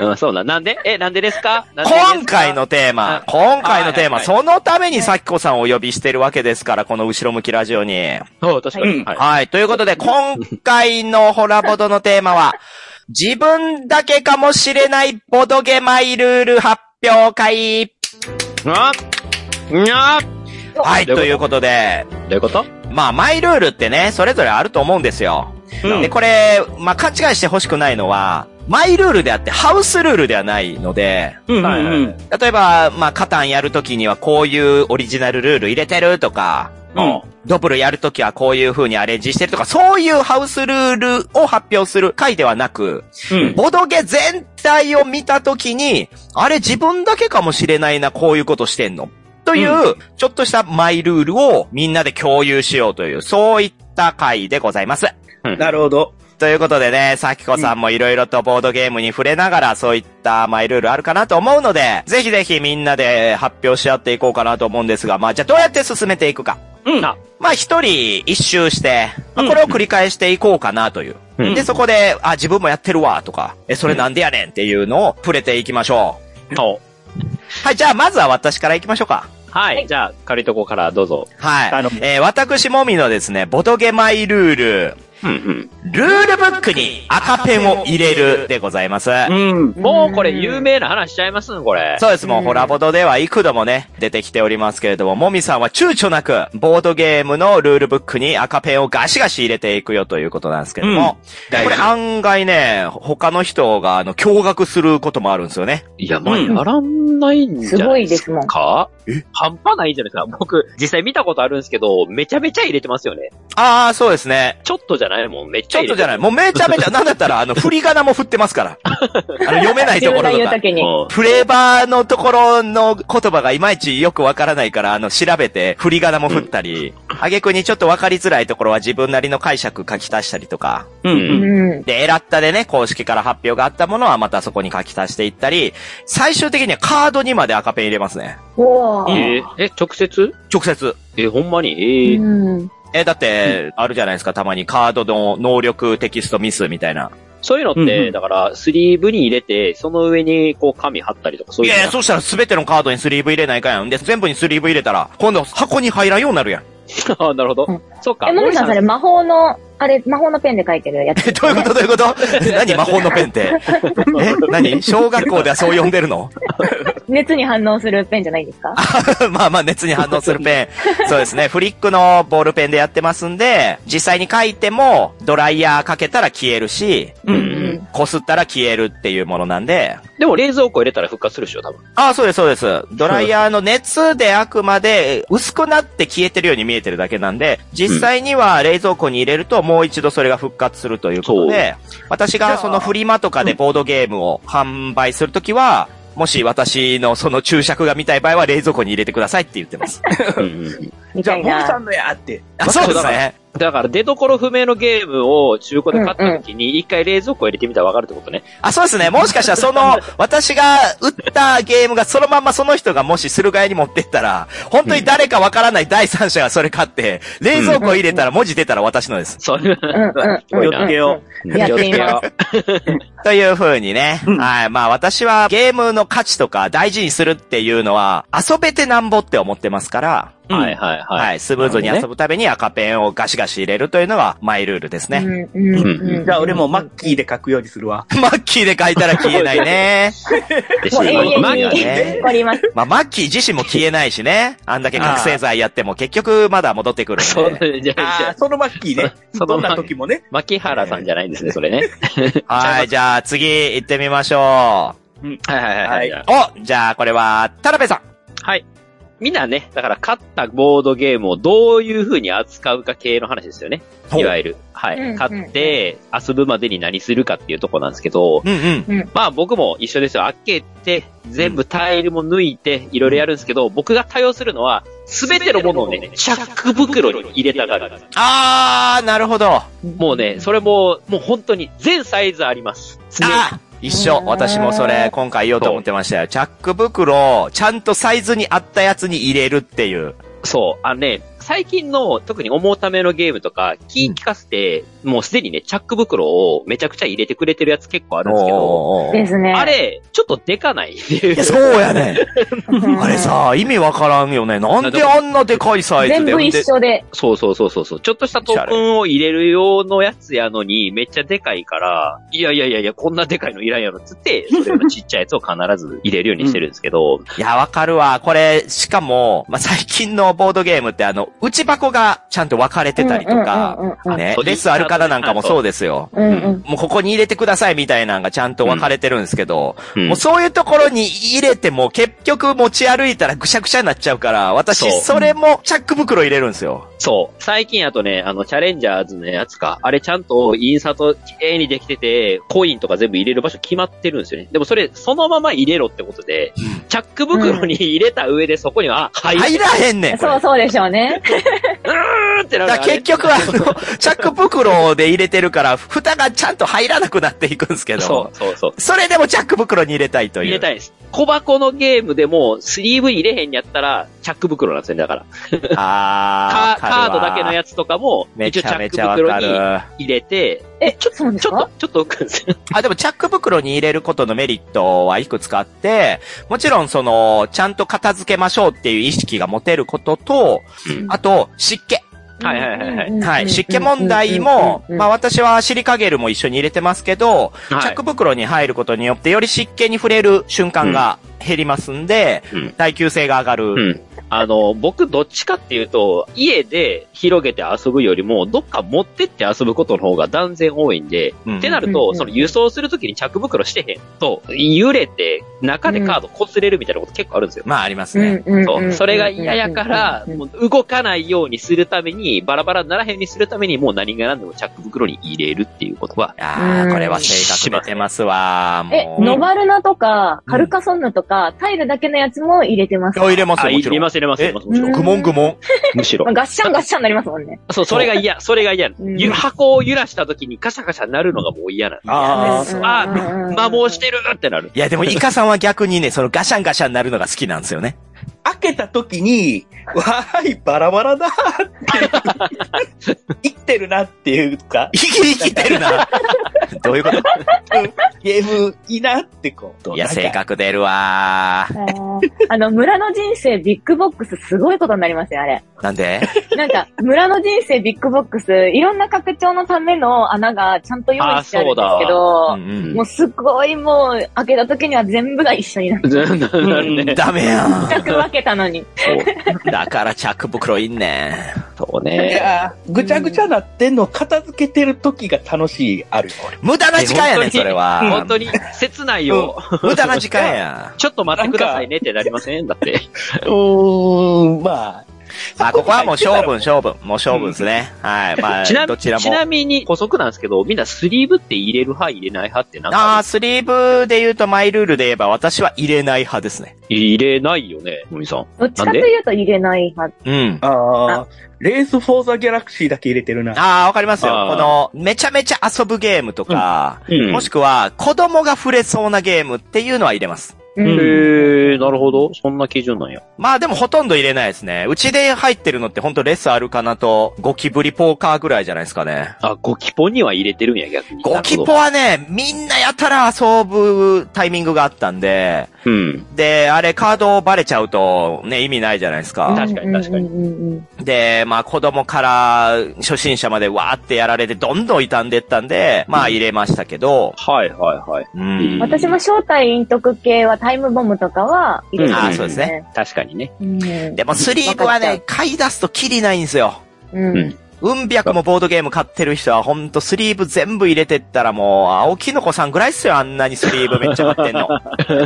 [SPEAKER 4] うん、そうなん。なんでえ、なんでですかなんでですか
[SPEAKER 1] 今回のテーマ
[SPEAKER 4] あ、
[SPEAKER 1] 今回のテーマ、
[SPEAKER 4] はいはいはい
[SPEAKER 1] そのためにサキコさんをお呼びしてるわけですから、この後ろ向きラジオに。
[SPEAKER 4] そう、確かに。はい
[SPEAKER 1] はい。ということで、今回のホラボドのテーマ は、自分だけかもしれないボドゲマイルール発表会。
[SPEAKER 4] あにゃ
[SPEAKER 1] はい。
[SPEAKER 4] どういうこと
[SPEAKER 1] ということで、
[SPEAKER 4] どういうこと
[SPEAKER 1] まあ、マイルールってね、それぞれあると思うんですよ。
[SPEAKER 4] うん
[SPEAKER 1] で、これ、まあ、勘違いしてほしくないのは、マイルールであって、ハウスルールではないので、
[SPEAKER 7] うん
[SPEAKER 4] はいはい
[SPEAKER 7] うん。
[SPEAKER 1] 例えば、まあ、カタンやるときにはこういうオリジナルルール入れてるとか、
[SPEAKER 7] うん
[SPEAKER 1] ドブルやるときはこういう風にアレンジしてるとか、そういうハウスルールを発表する回ではなく、
[SPEAKER 7] うん。
[SPEAKER 1] ボドゲ全体を見たときに、あれ自分だけかもしれないな、こういうことしてんの。という、ちょっとしたマイルールをみんなで共有しようという、そういった回でございます。
[SPEAKER 7] なるほど。
[SPEAKER 1] ということでね、さきこさんもいろいろとボードゲームに触れながら、そういったマイルールあるかなと思うので、ぜひぜひみんなで発表し合っていこうかなと思うんですが、まあじゃあどうやって進めていくか。
[SPEAKER 7] うん
[SPEAKER 1] あまあ一人一周して、まあ、これを繰り返していこうかなという。
[SPEAKER 4] うん
[SPEAKER 1] で、そこで、あ、自分もやってるわ、とか、え、それなんでやねんっていうのを触れていきましょ
[SPEAKER 4] お
[SPEAKER 1] う。はい、じゃあまずは私から行きましょうか。
[SPEAKER 4] はい。じゃあ、借りとこからどうぞ。
[SPEAKER 1] はい
[SPEAKER 7] 頼む。
[SPEAKER 1] えー私もみのですね、ボトゲマイルール、
[SPEAKER 4] うん
[SPEAKER 1] ルールブックに赤ペンを入れるでございます。
[SPEAKER 7] うん。
[SPEAKER 4] うん。もうこれ有名な話しちゃいますこれ。
[SPEAKER 1] そうです、もうホラボドでは幾度もね、出てきておりますけれども、もみさんは躊躇なく、ボードゲームのルールブックに赤ペンをガシガシ入れていくよということなんですけれども、
[SPEAKER 7] 大
[SPEAKER 1] これ
[SPEAKER 7] 事
[SPEAKER 1] 案外ね、他の人が、あの、驚愕することもあるんですよね。
[SPEAKER 4] いや、まあ、やらないんじゃ
[SPEAKER 6] す
[SPEAKER 4] な
[SPEAKER 6] ご
[SPEAKER 4] い
[SPEAKER 6] い
[SPEAKER 4] で
[SPEAKER 6] ですすもん。
[SPEAKER 4] か半端ないんじゃないですか僕、実際見たことあるんですけど、めちゃめちゃ入れてますよね。
[SPEAKER 1] ああ、そうですね。
[SPEAKER 4] ちょっとじゃないもん、めっち
[SPEAKER 1] ち
[SPEAKER 4] ゃ
[SPEAKER 1] ょっ
[SPEAKER 4] 入
[SPEAKER 1] と
[SPEAKER 4] れ
[SPEAKER 1] じ
[SPEAKER 4] て
[SPEAKER 1] ゃ
[SPEAKER 4] る
[SPEAKER 1] ない。もうめちゃめちゃ、なんだったら、あの、振り仮名も振ってます から。あの、読めないところ
[SPEAKER 6] 言
[SPEAKER 1] と
[SPEAKER 6] う
[SPEAKER 1] か
[SPEAKER 6] だ。けに。
[SPEAKER 4] も
[SPEAKER 1] フレーバーのところの言葉がいまいちよくわからないから、あの、調べて、振り仮名も振ったり、あげくにちょっとわかりづらいところは自分なりの解釈書き足したりとか、
[SPEAKER 7] うん
[SPEAKER 4] う
[SPEAKER 7] うん。
[SPEAKER 6] うん。
[SPEAKER 1] で、エラッタでね、公式から発表があったものはまたそこに書き足していったり、最終的にはカードにまで赤ペン入れますね。
[SPEAKER 4] う
[SPEAKER 6] お
[SPEAKER 4] え
[SPEAKER 6] ー。
[SPEAKER 4] ーえ、直接
[SPEAKER 1] 直接。
[SPEAKER 4] え、ほんまにえー
[SPEAKER 6] うん。
[SPEAKER 1] え、だって、あるじゃないですか、たまにカードの能力テキストミスみたいな。
[SPEAKER 4] そういうのっ
[SPEAKER 7] うんう
[SPEAKER 4] て、
[SPEAKER 7] ん
[SPEAKER 4] だから、スリーブに入れて、その上に、こう、紙貼ったりとか、そう
[SPEAKER 1] い
[SPEAKER 4] いうの
[SPEAKER 1] やいや、そうしたら全てのカードにスリーブ入れないかんやん。で、全部にスリーブ入れたら、今度箱に入らんようになるやん。
[SPEAKER 4] あなるほど。
[SPEAKER 6] うん
[SPEAKER 4] そうか。
[SPEAKER 6] え、もみさんそれ
[SPEAKER 4] 森
[SPEAKER 6] 魔法の、あれ、魔法のペンで書いてるや つ
[SPEAKER 1] え、。どういうことどういうこと何魔法のペンって。え何小学校ではそう呼んでるの
[SPEAKER 6] 熱に反応するペンじゃないですか
[SPEAKER 1] まあまあ熱に反応するペン。そうですね。フリックのボールペンでやってますんで、実際に書いてもドライヤーかけたら消えるし、
[SPEAKER 7] う。
[SPEAKER 6] うんん。
[SPEAKER 1] こすったら消えるっていうものなんで、
[SPEAKER 4] でも、冷蔵庫入れたら復活するでしょ、多分。
[SPEAKER 1] ああ、そうです、そうです。ドライヤーの熱であくまで薄くなって消えてるように見えてるだけなんで、実際には冷蔵庫に入れるともう一度それが復活するということで、私がそのフリマとかでボードゲームを販売するときは、もし私のその注釈が見たい場合は冷蔵庫に入れてくださいって言ってます。
[SPEAKER 6] み
[SPEAKER 7] じ
[SPEAKER 6] た
[SPEAKER 7] ゃあ、
[SPEAKER 6] い
[SPEAKER 7] モリさ
[SPEAKER 6] な。
[SPEAKER 7] んのやって。
[SPEAKER 1] あそうですね。
[SPEAKER 4] だから、出所不明のゲームを中古で買った時に、一回冷蔵庫入れてみたらわかるってことね。
[SPEAKER 1] あ、そうですね。もしかしたらその、 私が売ったゲームがそのまんまその人がもし駿河屋に持ってったら、本当に誰かわからない第三者がそれ買って、冷蔵庫入れたら文字出たら私のです。
[SPEAKER 4] そういう。
[SPEAKER 6] うんうん
[SPEAKER 4] すごいな
[SPEAKER 6] うんうん。やってみま
[SPEAKER 1] という風にね。
[SPEAKER 7] うん
[SPEAKER 1] はい。まあ私はゲームの価値とか大事にするっていうのは、遊べてなんぼって思ってますから、
[SPEAKER 4] はいはいはい。
[SPEAKER 1] はい。スムーズに遊ぶために赤ペンをガシガシ入れるというのがマイルールです
[SPEAKER 6] す。
[SPEAKER 1] ね。
[SPEAKER 6] うんうんうん
[SPEAKER 7] じゃあ、俺もマッキーで書くようにするわ。
[SPEAKER 1] マッキーで書いたら消えない ね。
[SPEAKER 4] で
[SPEAKER 6] もう永
[SPEAKER 4] マ
[SPEAKER 6] 遠
[SPEAKER 4] ッキ
[SPEAKER 6] に
[SPEAKER 4] ーね。
[SPEAKER 1] ね
[SPEAKER 6] 凝ります。
[SPEAKER 1] まあ、マッキー自身も消えないしね。あんだけ覚醒剤やっても結局まだ戻ってくる
[SPEAKER 4] そうん
[SPEAKER 1] で。
[SPEAKER 4] じゃあじ
[SPEAKER 7] あ
[SPEAKER 4] ゃ
[SPEAKER 7] あ、そのマッキーね。
[SPEAKER 4] そ
[SPEAKER 7] ど
[SPEAKER 4] の
[SPEAKER 7] ん
[SPEAKER 4] マッキー
[SPEAKER 7] な時もね。
[SPEAKER 4] あ、牧原さんじゃないんですね、それね。
[SPEAKER 1] はい、じゃあ次行ってみましょ
[SPEAKER 4] はいはいはいはいじゃあ
[SPEAKER 1] う。。おじゃあこれは、田辺さん。
[SPEAKER 4] はい。みんなね、だから勝ったボードゲームをどういう風に扱うか系の話ですよね。
[SPEAKER 1] ほう
[SPEAKER 4] いわゆる。は
[SPEAKER 6] うんうんう
[SPEAKER 4] い。
[SPEAKER 6] ん
[SPEAKER 4] 勝って遊ぶまでに何するかっていうとこなんですけど、
[SPEAKER 1] うんうん。
[SPEAKER 4] まあ僕も一緒ですよ。開けて、全部タイルも抜いて、いろいろやるんですけど、僕が対応するのは、すべてのものをね、チャック袋に入れたがる。
[SPEAKER 1] あー、なるほど。あ
[SPEAKER 4] もうね、それも、もう本当に全サイズあります。
[SPEAKER 1] ー一緒。私もそれ、今回言おうと思ってましたよ。チャック袋を、ちゃんとサイズに合ったやつに入れるっていう。
[SPEAKER 4] そう、あのね、最近の特に重ためのゲームとか、気利かせて、もうすでにね、チャック袋をめちゃくちゃ入れてくれてるやつ結構あるんですけど、
[SPEAKER 1] おーおーお
[SPEAKER 6] で
[SPEAKER 1] ー
[SPEAKER 6] すね。
[SPEAKER 4] あれ、ちょっとでかないっていう
[SPEAKER 1] いやそうやね。
[SPEAKER 6] うん
[SPEAKER 1] あれさ、意味わからんよね。なんであんなでかいサイズで。
[SPEAKER 6] 全部一緒で。
[SPEAKER 4] そうそうそうそうそう。ちょっとしたトークンを入れる用のやつやのに、めっちゃでかいから、いやいやいやいや、こんなでかいのいらんやろっつって、それのちっちゃいやつを必ず入れるようにしてるんですけど、
[SPEAKER 1] いや、わかるわ。これ、しかも、まあ、最近のボードゲームって、あの、内箱がちゃんと分かれてたりとか、
[SPEAKER 6] うんうんうんうん
[SPEAKER 1] ね
[SPEAKER 4] そう、
[SPEAKER 1] レスアルカナなんかもそうですよ。
[SPEAKER 6] うんうん。
[SPEAKER 1] もうここに入れてくださいみたいなのがちゃんと分かれてるんですけど、
[SPEAKER 4] うん
[SPEAKER 1] もうそういうところに入れても結局持ち歩いたらぐしゃぐしゃになっちゃうから、私
[SPEAKER 4] そう
[SPEAKER 1] それもチャック袋入れるんですよ。
[SPEAKER 4] そう。最近やとね、あの、チャレンジャーズのやつか。あれちゃんとインサート綺麗にできてて、コインとか全部入れる場所決まってるんですよね。でもそれ、そのまま入れろってことで、チャック袋に入れた上でそこには、入
[SPEAKER 1] 入
[SPEAKER 4] る
[SPEAKER 1] らへんねん。これ
[SPEAKER 6] そうそうでしょうね。
[SPEAKER 4] ってなる
[SPEAKER 1] だから結局あの、チャック袋で入れてるから、蓋がちゃんと入らなくなっていくんですけど、
[SPEAKER 4] そうそうそう。
[SPEAKER 1] それでもチャック袋に入れたいという。
[SPEAKER 4] 入れたいです。小箱のゲームでも、スリーブ入れへんやったら、チャック袋なんですよね、だから。
[SPEAKER 1] あ
[SPEAKER 4] カ
[SPEAKER 1] ー、
[SPEAKER 4] カードだけのやつとかも、
[SPEAKER 1] めち
[SPEAKER 4] 一応チャ
[SPEAKER 1] ゃ
[SPEAKER 4] ッ
[SPEAKER 1] め
[SPEAKER 4] ク
[SPEAKER 1] ちゃわか
[SPEAKER 4] 袋
[SPEAKER 1] る
[SPEAKER 4] に。入れて、
[SPEAKER 6] え、ちょっと、
[SPEAKER 4] ちょっと、ちょっと置くんですよ。
[SPEAKER 1] あ、でもチャック袋に入れることのメリットはいくつかあって、もちろんその、ちゃんと片付けましょうっていう意識が持てることと、
[SPEAKER 4] うん
[SPEAKER 1] あと、湿気。
[SPEAKER 4] はいはいはいはい。
[SPEAKER 1] はい。湿気問題も、まあ私はシリカゲルも一緒に入れてますけど、
[SPEAKER 4] はい
[SPEAKER 1] チャック袋に入ることによってより湿気に触れる瞬間が減りますんで、
[SPEAKER 4] うん
[SPEAKER 1] 耐久性が上がる
[SPEAKER 4] うん。あの、僕どっちかっていうと、家で広げて遊ぶよりも、どっか持ってって遊ぶことの方が断然多いんで、
[SPEAKER 1] うん
[SPEAKER 4] ってなる
[SPEAKER 6] うんう
[SPEAKER 4] と、
[SPEAKER 6] ん
[SPEAKER 4] その輸送するときに着袋してへんと、揺れて、中でカード擦れるみたいなこと結構あるんですよ。
[SPEAKER 1] まあ、ありますね。
[SPEAKER 6] うん
[SPEAKER 4] そううんそれが嫌やから、
[SPEAKER 6] うん
[SPEAKER 4] もう動かないようにするために、バラバラにならへんようにするために、もう何が何でもチャック袋に入れるっていうことは、
[SPEAKER 1] いや
[SPEAKER 6] う
[SPEAKER 1] ー、
[SPEAKER 6] ん
[SPEAKER 1] これは性格出てますわ。
[SPEAKER 6] え、
[SPEAKER 1] もう。
[SPEAKER 6] ノバルナとか、カルカソンヌとか、タイルだけのやつも入れてます。
[SPEAKER 1] あ入れます
[SPEAKER 4] あ、
[SPEAKER 1] よ、もち
[SPEAKER 4] 入
[SPEAKER 1] ろ
[SPEAKER 4] れ
[SPEAKER 1] ん。
[SPEAKER 4] ます入れます入れます、もちろん。
[SPEAKER 6] す
[SPEAKER 1] ぐもんぐもん。
[SPEAKER 4] むしろ
[SPEAKER 6] まあ、。ガッシャンガッシャンになりますもんね。
[SPEAKER 4] そう、それが嫌、それが嫌。
[SPEAKER 6] うん
[SPEAKER 4] ゆ箱を揺らした時にカシャカシャなるのがもう嫌なの。
[SPEAKER 1] あ
[SPEAKER 6] うん
[SPEAKER 4] あ
[SPEAKER 6] うんうんうん
[SPEAKER 4] 摩耗してるってなる。
[SPEAKER 1] いや、でも、イカさんは逆にね、そのガシャンガシャンなるのが好きなんですよね。
[SPEAKER 7] 開けた時に、わーい、バラバラだーって、生きてるなっていうか、
[SPEAKER 1] 生き生きてる な。どういうこと
[SPEAKER 7] ゲームいいなってこと。
[SPEAKER 1] いや、
[SPEAKER 7] なん
[SPEAKER 1] 性
[SPEAKER 7] か
[SPEAKER 1] 格出るわ
[SPEAKER 6] あーあの、村の人生ビッグボックスすごいことになりますよ、あれ。
[SPEAKER 1] ー。なんで
[SPEAKER 6] なんか、村の人生ビッグボックス、いろんな拡張のための穴がちゃんと用意してあるんですけ
[SPEAKER 1] う
[SPEAKER 6] ど、
[SPEAKER 1] ん
[SPEAKER 6] もうすごいもう、開けた時には全部が一緒になる。
[SPEAKER 4] なる
[SPEAKER 1] うん。
[SPEAKER 4] ね。
[SPEAKER 1] ダメやん。
[SPEAKER 6] 全く分けたのに。
[SPEAKER 1] だから、チャック袋いんねん。
[SPEAKER 4] そう
[SPEAKER 7] い
[SPEAKER 4] ね。
[SPEAKER 7] やーぐちゃぐちゃなってんの片付けてる時が楽しい、あるよ。俺
[SPEAKER 1] 無駄な時間やねん、
[SPEAKER 4] え本当に
[SPEAKER 1] それは。
[SPEAKER 4] 本当に切ないよ。
[SPEAKER 1] 無駄な時間や。
[SPEAKER 4] ちょっと待ってくださいねってなりませんだって。
[SPEAKER 7] うーん、まあ。
[SPEAKER 1] まあ、ここはもう勝負、勝負。もう勝負ですね。はい。ま
[SPEAKER 4] ちな
[SPEAKER 1] あ、どちらも
[SPEAKER 4] ち。なみに、補足なんですけど、みんなスリーブって入れる派入れない派ってなん
[SPEAKER 1] ああ、
[SPEAKER 4] か
[SPEAKER 1] スリーブで言うとマイルールで言えば私は入れない派ですね。
[SPEAKER 4] 入れないよね、のみさん。
[SPEAKER 6] どっちかというと入れない派。
[SPEAKER 1] うん。
[SPEAKER 7] ああ、レースフォーザギャラクシーだけ入れてるな。
[SPEAKER 1] ああ、わかりますよ。
[SPEAKER 4] あー
[SPEAKER 1] この、めちゃめちゃ遊ぶゲームとか、
[SPEAKER 4] うん
[SPEAKER 1] もしくは、子供が触れそうなゲームっていうのは入れます。
[SPEAKER 6] う
[SPEAKER 4] へ
[SPEAKER 6] ん
[SPEAKER 4] ー、なるほど。そんな基準なんや。
[SPEAKER 1] まあでもほとんど入れないですね。うちで入ってるのってほんとレスあるかなと、ゴキブリポーカーぐらいじゃないですかね。
[SPEAKER 4] あ、ゴキポには入れてるんや、逆に。
[SPEAKER 1] ゴキポ
[SPEAKER 4] なる
[SPEAKER 1] はね、みんなやたら遊ぶタイミングがあったんで、
[SPEAKER 4] ほどうん。
[SPEAKER 1] で、あれカードバレちゃうとね、意味ないじゃないですか。
[SPEAKER 4] 確かに確かに
[SPEAKER 6] うんうんうんうん
[SPEAKER 1] で、まあ子供から初心者までわーってやられてどんどん傷んでったんで、まあ入れましたけど、
[SPEAKER 4] はいはいはい。
[SPEAKER 1] うん。
[SPEAKER 6] 私も正体陰徳系はタイムボムとかは入れてま
[SPEAKER 1] うん
[SPEAKER 6] す、ね。
[SPEAKER 1] あーそうですね。
[SPEAKER 4] 確かにね。
[SPEAKER 6] うん、
[SPEAKER 1] でもスリーブはね、買い出すとキリないんですよ。
[SPEAKER 6] うん
[SPEAKER 4] うん
[SPEAKER 1] うん百もボードゲーム買ってる人はほんとスリーブ全部入れてったらもう、青木の子さんぐらいっすよ、あんなにスリーブめっちゃ買ってん の。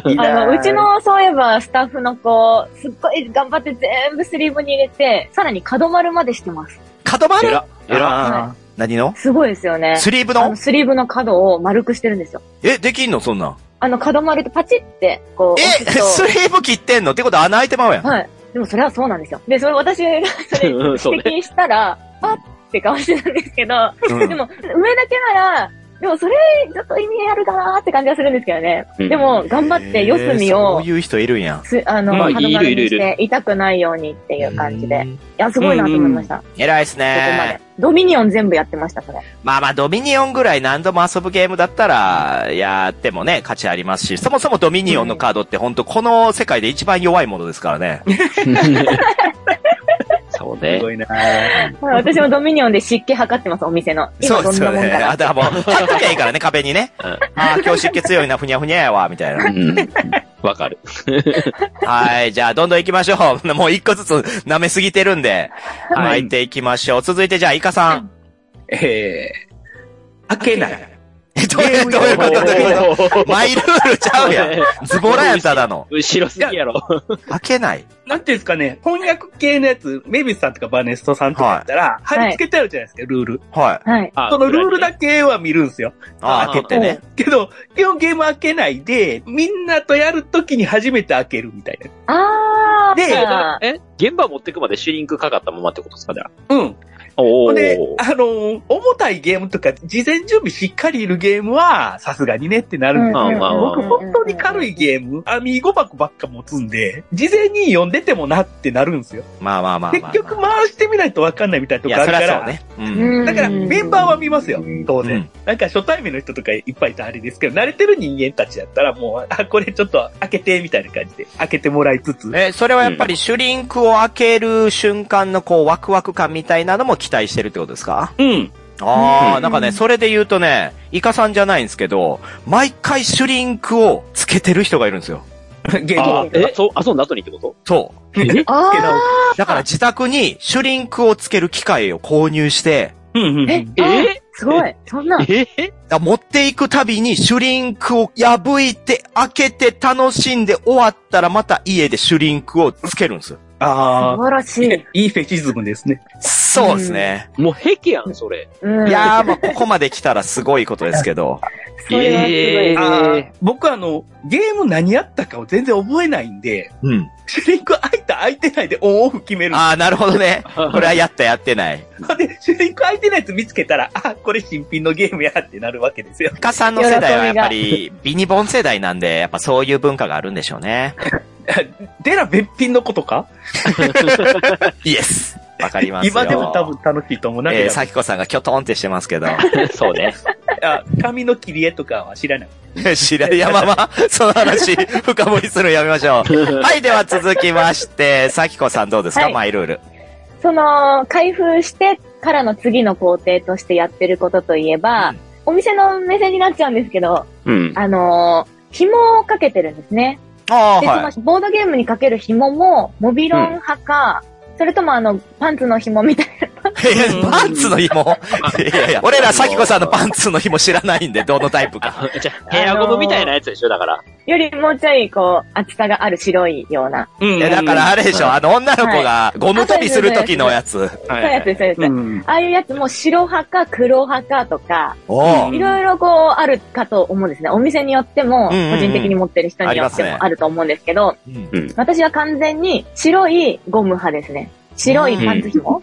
[SPEAKER 7] いい
[SPEAKER 6] あ
[SPEAKER 7] な
[SPEAKER 6] の、うち、の、そういえば、スタッフの子、すっごい頑張って全部スリーブに入れて、さらに角丸までしてます。
[SPEAKER 1] 角
[SPEAKER 4] え
[SPEAKER 1] 丸
[SPEAKER 4] ら、えら。
[SPEAKER 7] あ
[SPEAKER 1] 何の
[SPEAKER 6] すごいですよね。
[SPEAKER 1] スリーブ
[SPEAKER 6] あ
[SPEAKER 1] の
[SPEAKER 6] のスリーブの角を丸くしてるんですよ。
[SPEAKER 1] え、できんのそんなん。
[SPEAKER 6] あの、角丸ってパチって、こう、
[SPEAKER 1] え、
[SPEAKER 6] 押
[SPEAKER 1] ス
[SPEAKER 6] すと
[SPEAKER 1] リーブ切ってんのってことは穴開いてまうやん。
[SPEAKER 6] はい。でもそれはそうなんですよ。で、それ私、それ、指
[SPEAKER 4] うん そうね
[SPEAKER 6] 摘したら、パッって顔してたんですけど、
[SPEAKER 1] うん
[SPEAKER 6] でも、上だけなら、でもそれ、ちょっと意味あるかなーって感じはするんですけどね。
[SPEAKER 4] うん
[SPEAKER 6] でも、頑張って四隅
[SPEAKER 1] えーそ
[SPEAKER 6] を
[SPEAKER 1] う、いう人いるんやん。
[SPEAKER 6] すあの、
[SPEAKER 4] まあ
[SPEAKER 6] 角丸
[SPEAKER 4] いる
[SPEAKER 6] に
[SPEAKER 4] いる
[SPEAKER 6] し
[SPEAKER 4] い
[SPEAKER 6] て、痛くないようにっていう感じで。
[SPEAKER 1] うん。
[SPEAKER 6] いや、すごいなと思いました。こ
[SPEAKER 1] 偉いっす
[SPEAKER 6] こまで
[SPEAKER 1] ね。。
[SPEAKER 6] ドミニオン全部やってました、それ。
[SPEAKER 1] まあまあ、ドミニオンぐらい何度も遊ぶゲームだったら、やってもね、価値ありますし、そもそもドミニオンのカードってほんとこの世界で一番弱いものですからね。
[SPEAKER 4] そう
[SPEAKER 7] ー
[SPEAKER 4] ね
[SPEAKER 7] す。ごいな。
[SPEAKER 6] はい私もドミニオンで湿気測ってます、お店の。
[SPEAKER 1] そ
[SPEAKER 6] 今
[SPEAKER 1] うで
[SPEAKER 6] どん
[SPEAKER 1] す
[SPEAKER 6] な
[SPEAKER 1] よ
[SPEAKER 6] もん
[SPEAKER 1] ね。
[SPEAKER 6] かな
[SPEAKER 1] あ、だからもう、貼っときゃいいからね、壁にね。
[SPEAKER 4] うん
[SPEAKER 1] ああ、今日湿気強いな、ふにゃふにゃやわ、みたい な。
[SPEAKER 4] うんわ かる。
[SPEAKER 1] はい、じゃあ、どんどん行きましょう。 もう一個ずつ舐めすぎてるんで、
[SPEAKER 4] は
[SPEAKER 1] 巻
[SPEAKER 4] い
[SPEAKER 1] いていきましょう。続いて、じゃあ、イカさん。
[SPEAKER 7] えー、開けない。
[SPEAKER 1] えどういうどういうことどういう ことマイルールちゃうやん。ズボラやん、ただの。
[SPEAKER 4] 後ろすぎやろ。
[SPEAKER 1] 開けない。
[SPEAKER 7] なんていうんですかね、翻訳系のやつ、メビスさんとかバネストさんとかやったら、
[SPEAKER 6] い
[SPEAKER 7] 貼り付けてあるじゃないですか、ルール。
[SPEAKER 1] はい。
[SPEAKER 6] はい。
[SPEAKER 4] あ
[SPEAKER 7] そのルールだ
[SPEAKER 4] け。
[SPEAKER 7] けは見るんですよ。
[SPEAKER 1] あー開けてね。
[SPEAKER 7] けど、基本ゲーム開けないで、みんなとやるときに初めて開けるみたい
[SPEAKER 6] あー。
[SPEAKER 7] で
[SPEAKER 6] あ
[SPEAKER 4] え現場持ってくまでシュリンクかかったままってことですかじゃあ。
[SPEAKER 7] な。うん。
[SPEAKER 4] お
[SPEAKER 7] ほ
[SPEAKER 4] ー
[SPEAKER 7] んで、あのー重たいゲームとか、事前準備しっかりいるゲームは、さすがにねってなるんです
[SPEAKER 4] うん
[SPEAKER 7] け
[SPEAKER 4] うん
[SPEAKER 7] ど、僕
[SPEAKER 6] うん
[SPEAKER 7] 本当に軽いゲーム、アミーゴ箱ばっか持つんで、事前に読んでてもなってなるんですよ。
[SPEAKER 1] まあまあまあまあま
[SPEAKER 7] 結
[SPEAKER 1] あ。
[SPEAKER 7] 局回してみないとわかんないみたいなと
[SPEAKER 1] い
[SPEAKER 7] こあ
[SPEAKER 1] や、
[SPEAKER 7] る
[SPEAKER 1] そ
[SPEAKER 7] か
[SPEAKER 1] りゃ
[SPEAKER 7] ら、
[SPEAKER 1] そうね。う
[SPEAKER 6] ー
[SPEAKER 1] ん。
[SPEAKER 7] だからメンバーは見ますよ、当
[SPEAKER 1] う
[SPEAKER 7] 然
[SPEAKER 1] ん。
[SPEAKER 7] なんか初対面の人とかいっぱいいたあれですけど、慣れてる人間たちだったらもう、あ、これちょっと開けて、みたいな感じで、開けてもらいつつ。
[SPEAKER 1] え、それはやっぱりシュリンクを開ける瞬間のこう、ワクワク感みたいなのも期待してるってことですか
[SPEAKER 7] うん。
[SPEAKER 1] あ
[SPEAKER 6] う
[SPEAKER 1] あ、
[SPEAKER 6] ん
[SPEAKER 1] なんかね、それで言うとね、イカさんじゃないんですけど、毎回シュリンクをつけてる人がいるんですよ。
[SPEAKER 7] ゲーム
[SPEAKER 4] あ
[SPEAKER 7] を、。
[SPEAKER 4] え、そう、遊んだ後にってこと
[SPEAKER 1] そう。
[SPEAKER 6] ああ
[SPEAKER 1] だから自宅にシュリンクをつける機械を購入して、
[SPEAKER 7] うんうんうん
[SPEAKER 6] え、
[SPEAKER 4] え
[SPEAKER 6] あすごい。そんな。
[SPEAKER 4] え
[SPEAKER 1] だ持っていくたびにシュリンクを破いて、開けて楽しんで終わったらまた家でシュリンクをつけるんですよ。
[SPEAKER 7] あ
[SPEAKER 6] 素晴らし
[SPEAKER 7] あ。
[SPEAKER 6] い。
[SPEAKER 7] いいフェチズムですね。
[SPEAKER 1] そうですね。
[SPEAKER 4] もう壁やん、そ れ。
[SPEAKER 6] うん。
[SPEAKER 1] いやー、まあ、ここまで来たらすごいことですけど。
[SPEAKER 6] それはすごい。
[SPEAKER 4] えー
[SPEAKER 7] あー僕あの、ゲーム何やったかを全然覚えないんで、
[SPEAKER 1] うん。
[SPEAKER 7] シュリンク開いた開いてないでオンオフ決めるん
[SPEAKER 1] ああ、なるほどね。これはやったやってない。
[SPEAKER 7] です。で、シュリンク開いてないやつ見つけたら、あ、これ新品のゲームやってなるわけですよ。
[SPEAKER 1] イカさんの世代はやっぱり、ビニボン世代なんで、やっぱそういう文化があるんでしょうね。
[SPEAKER 7] でら別品のことか
[SPEAKER 1] イエスわかりますよ。
[SPEAKER 7] 今でも多分楽しいと思う。なんか、
[SPEAKER 1] えー、さきこさんがキョトンってしてますけど。
[SPEAKER 4] そうね。
[SPEAKER 7] あ髪の切り絵とかは知らない。
[SPEAKER 1] 白山は、その話、深掘りするのやめましょう。はい、では続きまして、さきこさんどうですか、
[SPEAKER 6] はい
[SPEAKER 1] マイルール。
[SPEAKER 6] その、開封してからの次の工程としてやってることといえば、お店の目線になっちゃうんですけど、
[SPEAKER 4] うん。
[SPEAKER 6] あのー紐をかけてるんですね。
[SPEAKER 1] ああ、
[SPEAKER 6] で、
[SPEAKER 1] はい。
[SPEAKER 6] そのボードゲームにかける紐も、モビロン派か、それともあの、パンツの紐みたいな。
[SPEAKER 1] えーパンツの紐いやいや、俺らさきこさんのパンツの紐知らないんで、どのタイプか。
[SPEAKER 4] あじゃあヘアゴムみたいなやつでしょ、だから。
[SPEAKER 6] よりもうちょい、こう、厚さがある白いような。
[SPEAKER 7] うん
[SPEAKER 1] いや、だからあれでしょ、あの女の子がゴム跳びする時のやつ。
[SPEAKER 7] は
[SPEAKER 6] そういうやつです、そういうやつです。
[SPEAKER 7] ん。
[SPEAKER 6] ああいうやつも白派か黒派かとか、
[SPEAKER 1] お
[SPEAKER 7] う
[SPEAKER 1] うん
[SPEAKER 6] いろいろこうあるかと思うんですね。お店によっても、
[SPEAKER 1] うんうんうん
[SPEAKER 6] 個人的に持ってる人によ
[SPEAKER 1] あ
[SPEAKER 6] って
[SPEAKER 1] りますね
[SPEAKER 6] もあると思うんですけど、
[SPEAKER 1] うん
[SPEAKER 6] 私は完全に白いゴム派ですね。白いパンツ
[SPEAKER 1] い
[SPEAKER 6] 紐、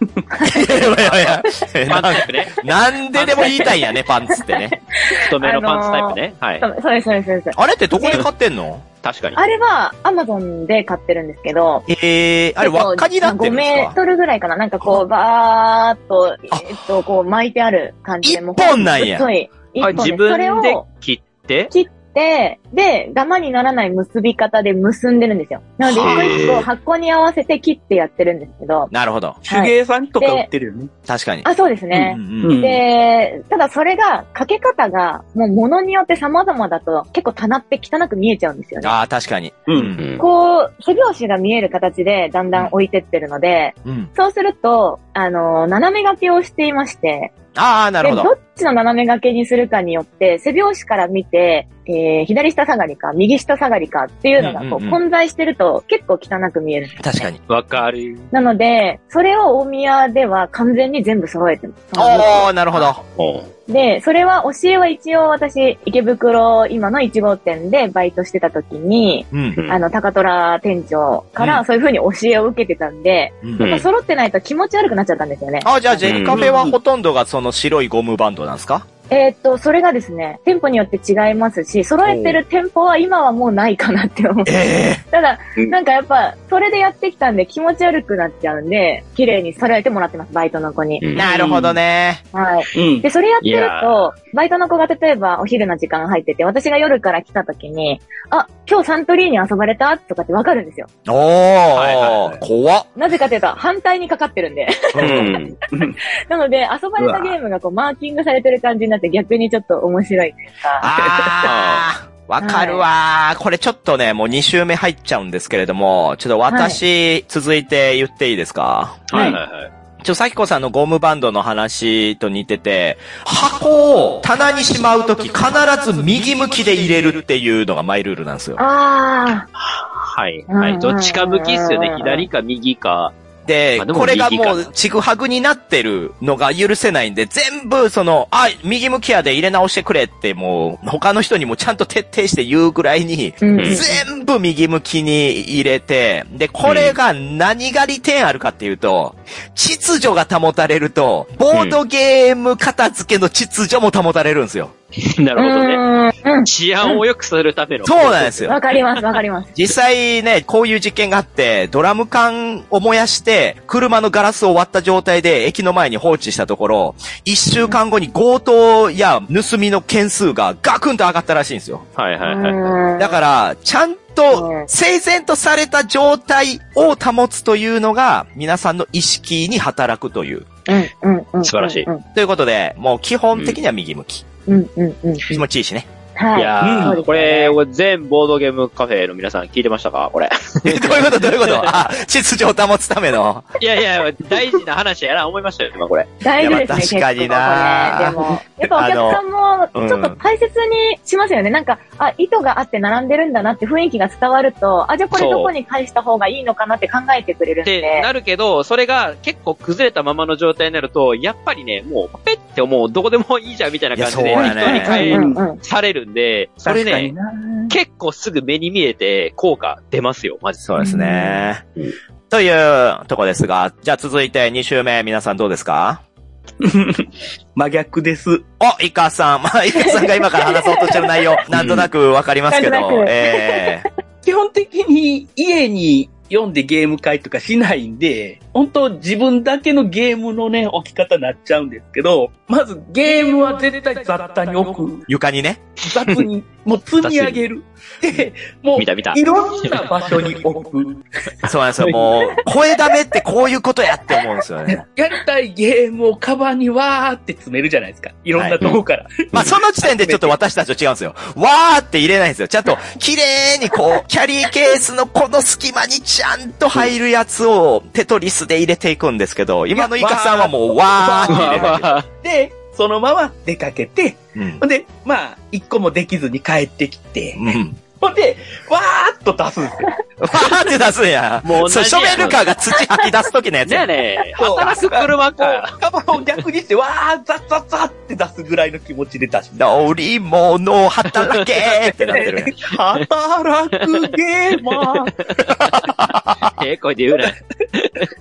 [SPEAKER 1] やいやいやえ
[SPEAKER 4] パ
[SPEAKER 1] な
[SPEAKER 4] ンツタイプね。
[SPEAKER 1] なんででも言いたいんやね、パンツってね。
[SPEAKER 4] 太めのパンツタイプね。はい
[SPEAKER 6] そ。うそうです、そうです、そうです。
[SPEAKER 1] あれってどこで買ってんの
[SPEAKER 4] 確かに。
[SPEAKER 6] あれは Amazon で買ってるんですけど、
[SPEAKER 1] ええー、あれ輪っかになってるんで
[SPEAKER 6] 5メ
[SPEAKER 1] す
[SPEAKER 6] ー
[SPEAKER 1] か
[SPEAKER 6] トルぐらいかななんかこう、バーっと、えっと、こう巻いてある感じで。もう
[SPEAKER 1] 一本なんや
[SPEAKER 6] 太い。一
[SPEAKER 4] あ
[SPEAKER 6] 本
[SPEAKER 4] 自
[SPEAKER 6] で。それ
[SPEAKER 4] 分で
[SPEAKER 6] を
[SPEAKER 4] 切って、
[SPEAKER 6] 切って、で、ダマにならない結び方で結んでるんですよ。なので、
[SPEAKER 4] へー
[SPEAKER 6] 一個一個発酵に合わせて切ってやってるんですけど、
[SPEAKER 1] なるほど。
[SPEAKER 7] 手芸さんとか売ってるよね。
[SPEAKER 1] 確かに。
[SPEAKER 6] あ、そうですね。
[SPEAKER 1] うんうんうん
[SPEAKER 6] で、ただそれが、かけ方が、もう物によって様々だと、結構たなって汚く見えちゃうんですよね。
[SPEAKER 1] ああ、確かに。
[SPEAKER 7] う。
[SPEAKER 1] うんん。
[SPEAKER 6] こう、背拍子が見える形で、だんだん置いてってるので、
[SPEAKER 1] うん。
[SPEAKER 6] そうすると、あの、斜め掛けをしていまして、
[SPEAKER 1] ああ、なる
[SPEAKER 6] で、
[SPEAKER 1] ほ
[SPEAKER 6] ど
[SPEAKER 1] ど。
[SPEAKER 6] っちの斜め掛けにするかによって、背拍子から見て、えー、左下下がりか、右下下がりかっていうのが、こう、
[SPEAKER 1] うんうんうん
[SPEAKER 6] 混在してると結構汚く見える。
[SPEAKER 1] 確かに。
[SPEAKER 4] わかる。
[SPEAKER 6] なので、それを大宮では完全に全部揃えてます。
[SPEAKER 1] おー、なるほど。
[SPEAKER 4] お
[SPEAKER 6] で、それは教えは一応私、池袋、今の1号店でバイトしてた時に、
[SPEAKER 1] うん。
[SPEAKER 6] あの、高虎店長か
[SPEAKER 1] うん
[SPEAKER 6] らそういう風に教えを受けてたんで、
[SPEAKER 1] うん
[SPEAKER 4] うん
[SPEAKER 6] まあ揃ってないと気持ち悪くなっちゃったんですよね。
[SPEAKER 1] あ、じゃあ、ジェリカフェはほとんどがその白いゴムバンドなんですか
[SPEAKER 6] えーっと、それがですね、店舗によって違いますし、揃えてる店舗は今はもうないかなって思う。
[SPEAKER 1] ええ
[SPEAKER 6] ただ、
[SPEAKER 4] うん
[SPEAKER 6] なんかやっぱ、それでやってきたんで気持ち悪くなっちゃうんで、綺麗に揃えてもらってます、バイトの子に。
[SPEAKER 4] うん
[SPEAKER 1] なるほどね。
[SPEAKER 6] はい。
[SPEAKER 7] うん。
[SPEAKER 6] で、それやって
[SPEAKER 4] い
[SPEAKER 6] る
[SPEAKER 4] や
[SPEAKER 6] と、バイトの子が例えばお昼の時間入ってて、私が夜から来た時に、あ、今日サントリーに遊ばれたとかってわかるんですよ。
[SPEAKER 1] お
[SPEAKER 4] はいはいは
[SPEAKER 1] ー
[SPEAKER 4] い、
[SPEAKER 1] 怖っ。
[SPEAKER 6] なぜかというと、反対にかかってるんで。
[SPEAKER 4] うん。
[SPEAKER 6] なので、遊ばれたゲームがこう、マーキングされてる感じになって、逆にちょっと面白いというか。
[SPEAKER 1] あ ー。わかるわー。これちょっとね、もう2周目入っちゃうんですけれども、ちょっと私、続いて言っていいですか
[SPEAKER 4] はいはいはい。
[SPEAKER 1] ちょ、さきこさんのゴムバンドの話と似てて、箱を棚にしまうとき必ず右向きで入れるっていうのがマイルールなんですよ。
[SPEAKER 6] あ
[SPEAKER 4] はい。はい。どっちか向きっすよね。左か右か。
[SPEAKER 1] で
[SPEAKER 4] あで、も
[SPEAKER 1] これが
[SPEAKER 4] 右か
[SPEAKER 1] も
[SPEAKER 4] な
[SPEAKER 1] うちぐはぐになってるのが許せないんで、全部その、あ、右向きやで入れ直してくれってもう、他の人にもちゃんと徹底して言うぐらいに、
[SPEAKER 6] ー。うん
[SPEAKER 4] うん
[SPEAKER 1] 全部右向きに入れて、で、これが何が利点あるかっていうと、秩序が保たれると、ボードゲーム片付けの秩序も保たれるんですよ。
[SPEAKER 4] なるほどね。
[SPEAKER 6] うんうん
[SPEAKER 4] 治安を良くするための。
[SPEAKER 1] そうなんですよ。
[SPEAKER 6] わかります、わかります。
[SPEAKER 1] 実際ね、こういう事件があって、ドラム缶を燃やして、車のガラスを割った状態で駅の前に放置したところ、一週間後に強盗や盗みの件数がガクンと上がったらしいんですよ。
[SPEAKER 4] はいはいはい。
[SPEAKER 1] だから、ちゃんと、整然とされた状態を保つというのが、皆さんの意識に働くという。
[SPEAKER 6] うんうんうん
[SPEAKER 4] 素晴らしい
[SPEAKER 6] うん
[SPEAKER 1] ということで、もう基本的には右向き。
[SPEAKER 6] うんうんうん。
[SPEAKER 1] 気持ちいいしね。
[SPEAKER 6] はいい。
[SPEAKER 4] や
[SPEAKER 6] そ
[SPEAKER 4] ー、
[SPEAKER 6] うですね
[SPEAKER 4] これ、これ全ボードゲームカフェの皆さん聞いてましたかこれ。
[SPEAKER 1] どういうことどういうことあ、秩序を保つための。
[SPEAKER 4] いやいや、大事な話やな、思いましたよ、今これ。
[SPEAKER 6] 大事です
[SPEAKER 1] いや
[SPEAKER 6] ね、
[SPEAKER 1] まあ確かにな
[SPEAKER 6] 結構これでも、やっぱお客さんも、ちょっと大切にしますよね。なんか、あ、意図があって並んでるんだなって雰囲気が伝わると、あ、じゃあこれ
[SPEAKER 4] そう
[SPEAKER 6] どこに返した方がいいのかなって考えてくれるん
[SPEAKER 4] って
[SPEAKER 6] で。
[SPEAKER 4] なるけど、それが結構崩れたままの状態になると、やっぱりね、もう、ペッてもうどこでもいいじゃんみたいな感じ
[SPEAKER 1] い
[SPEAKER 4] で、
[SPEAKER 1] やそうやね
[SPEAKER 4] 人に
[SPEAKER 6] う
[SPEAKER 4] 返
[SPEAKER 6] んうん。
[SPEAKER 4] されるんで、それ
[SPEAKER 7] 確か
[SPEAKER 4] ね、
[SPEAKER 7] にな。
[SPEAKER 4] 結構すぐ目に見えて効果出ますよ、マジ
[SPEAKER 1] そうですね
[SPEAKER 4] うん。
[SPEAKER 1] というとこですが、じゃあ続いて2週目、皆さんどうですか
[SPEAKER 7] 真逆です。
[SPEAKER 1] お、イカさん。まあ、イカさんが今から話そうとしてる内容、なんとなくわかりますけど
[SPEAKER 6] なんとな、く
[SPEAKER 1] え
[SPEAKER 7] 基本的に家に読んでゲーム会とかしないんで、本当自分だけのゲームのね、置き方になっちゃうんですけど、まずゲームは絶対雑多に置く
[SPEAKER 1] ー。床にね。
[SPEAKER 7] 雑に、もう積み上げる。で、もう
[SPEAKER 4] 見、た見た。
[SPEAKER 7] いろんな場所に置く。
[SPEAKER 1] そうなんですよ。もう、声ダメってこういうことやって思うんですよね。
[SPEAKER 7] やりたいゲームをカバンにわーって詰めるじゃないですか。いろんなとこから。
[SPEAKER 1] まあ、その時点でちょっと私たちと違うんですよ。わーって入れないんですよ。ちゃんと、綺麗にこう、キャリーケースのこの隙間にちゃんと入るやつを、テトリスで入れていくんですけど、今のイカさんはもう、わーって入れるだけ。
[SPEAKER 7] で、そのまま出かけて、
[SPEAKER 1] うん
[SPEAKER 7] ほんで、まあ、一個もできずに帰ってきて、
[SPEAKER 1] うん。
[SPEAKER 7] ほんで、わーっと出すんですよ。
[SPEAKER 1] わーって出すんや。
[SPEAKER 4] も
[SPEAKER 1] も
[SPEAKER 4] う同
[SPEAKER 1] う、
[SPEAKER 4] じやん
[SPEAKER 1] ショベルカーが土吐き出す時のやつ
[SPEAKER 4] じゃ
[SPEAKER 1] や
[SPEAKER 4] あ。ね、
[SPEAKER 7] そう
[SPEAKER 4] 働く車
[SPEAKER 7] こ
[SPEAKER 4] か。
[SPEAKER 7] う、カバンを逆にして、わー、ザッザッザッって出すぐらいの気持ちで出します。
[SPEAKER 1] 乗り物働けってなってる。
[SPEAKER 7] 働くゲーマー。
[SPEAKER 4] ええ声で言うな。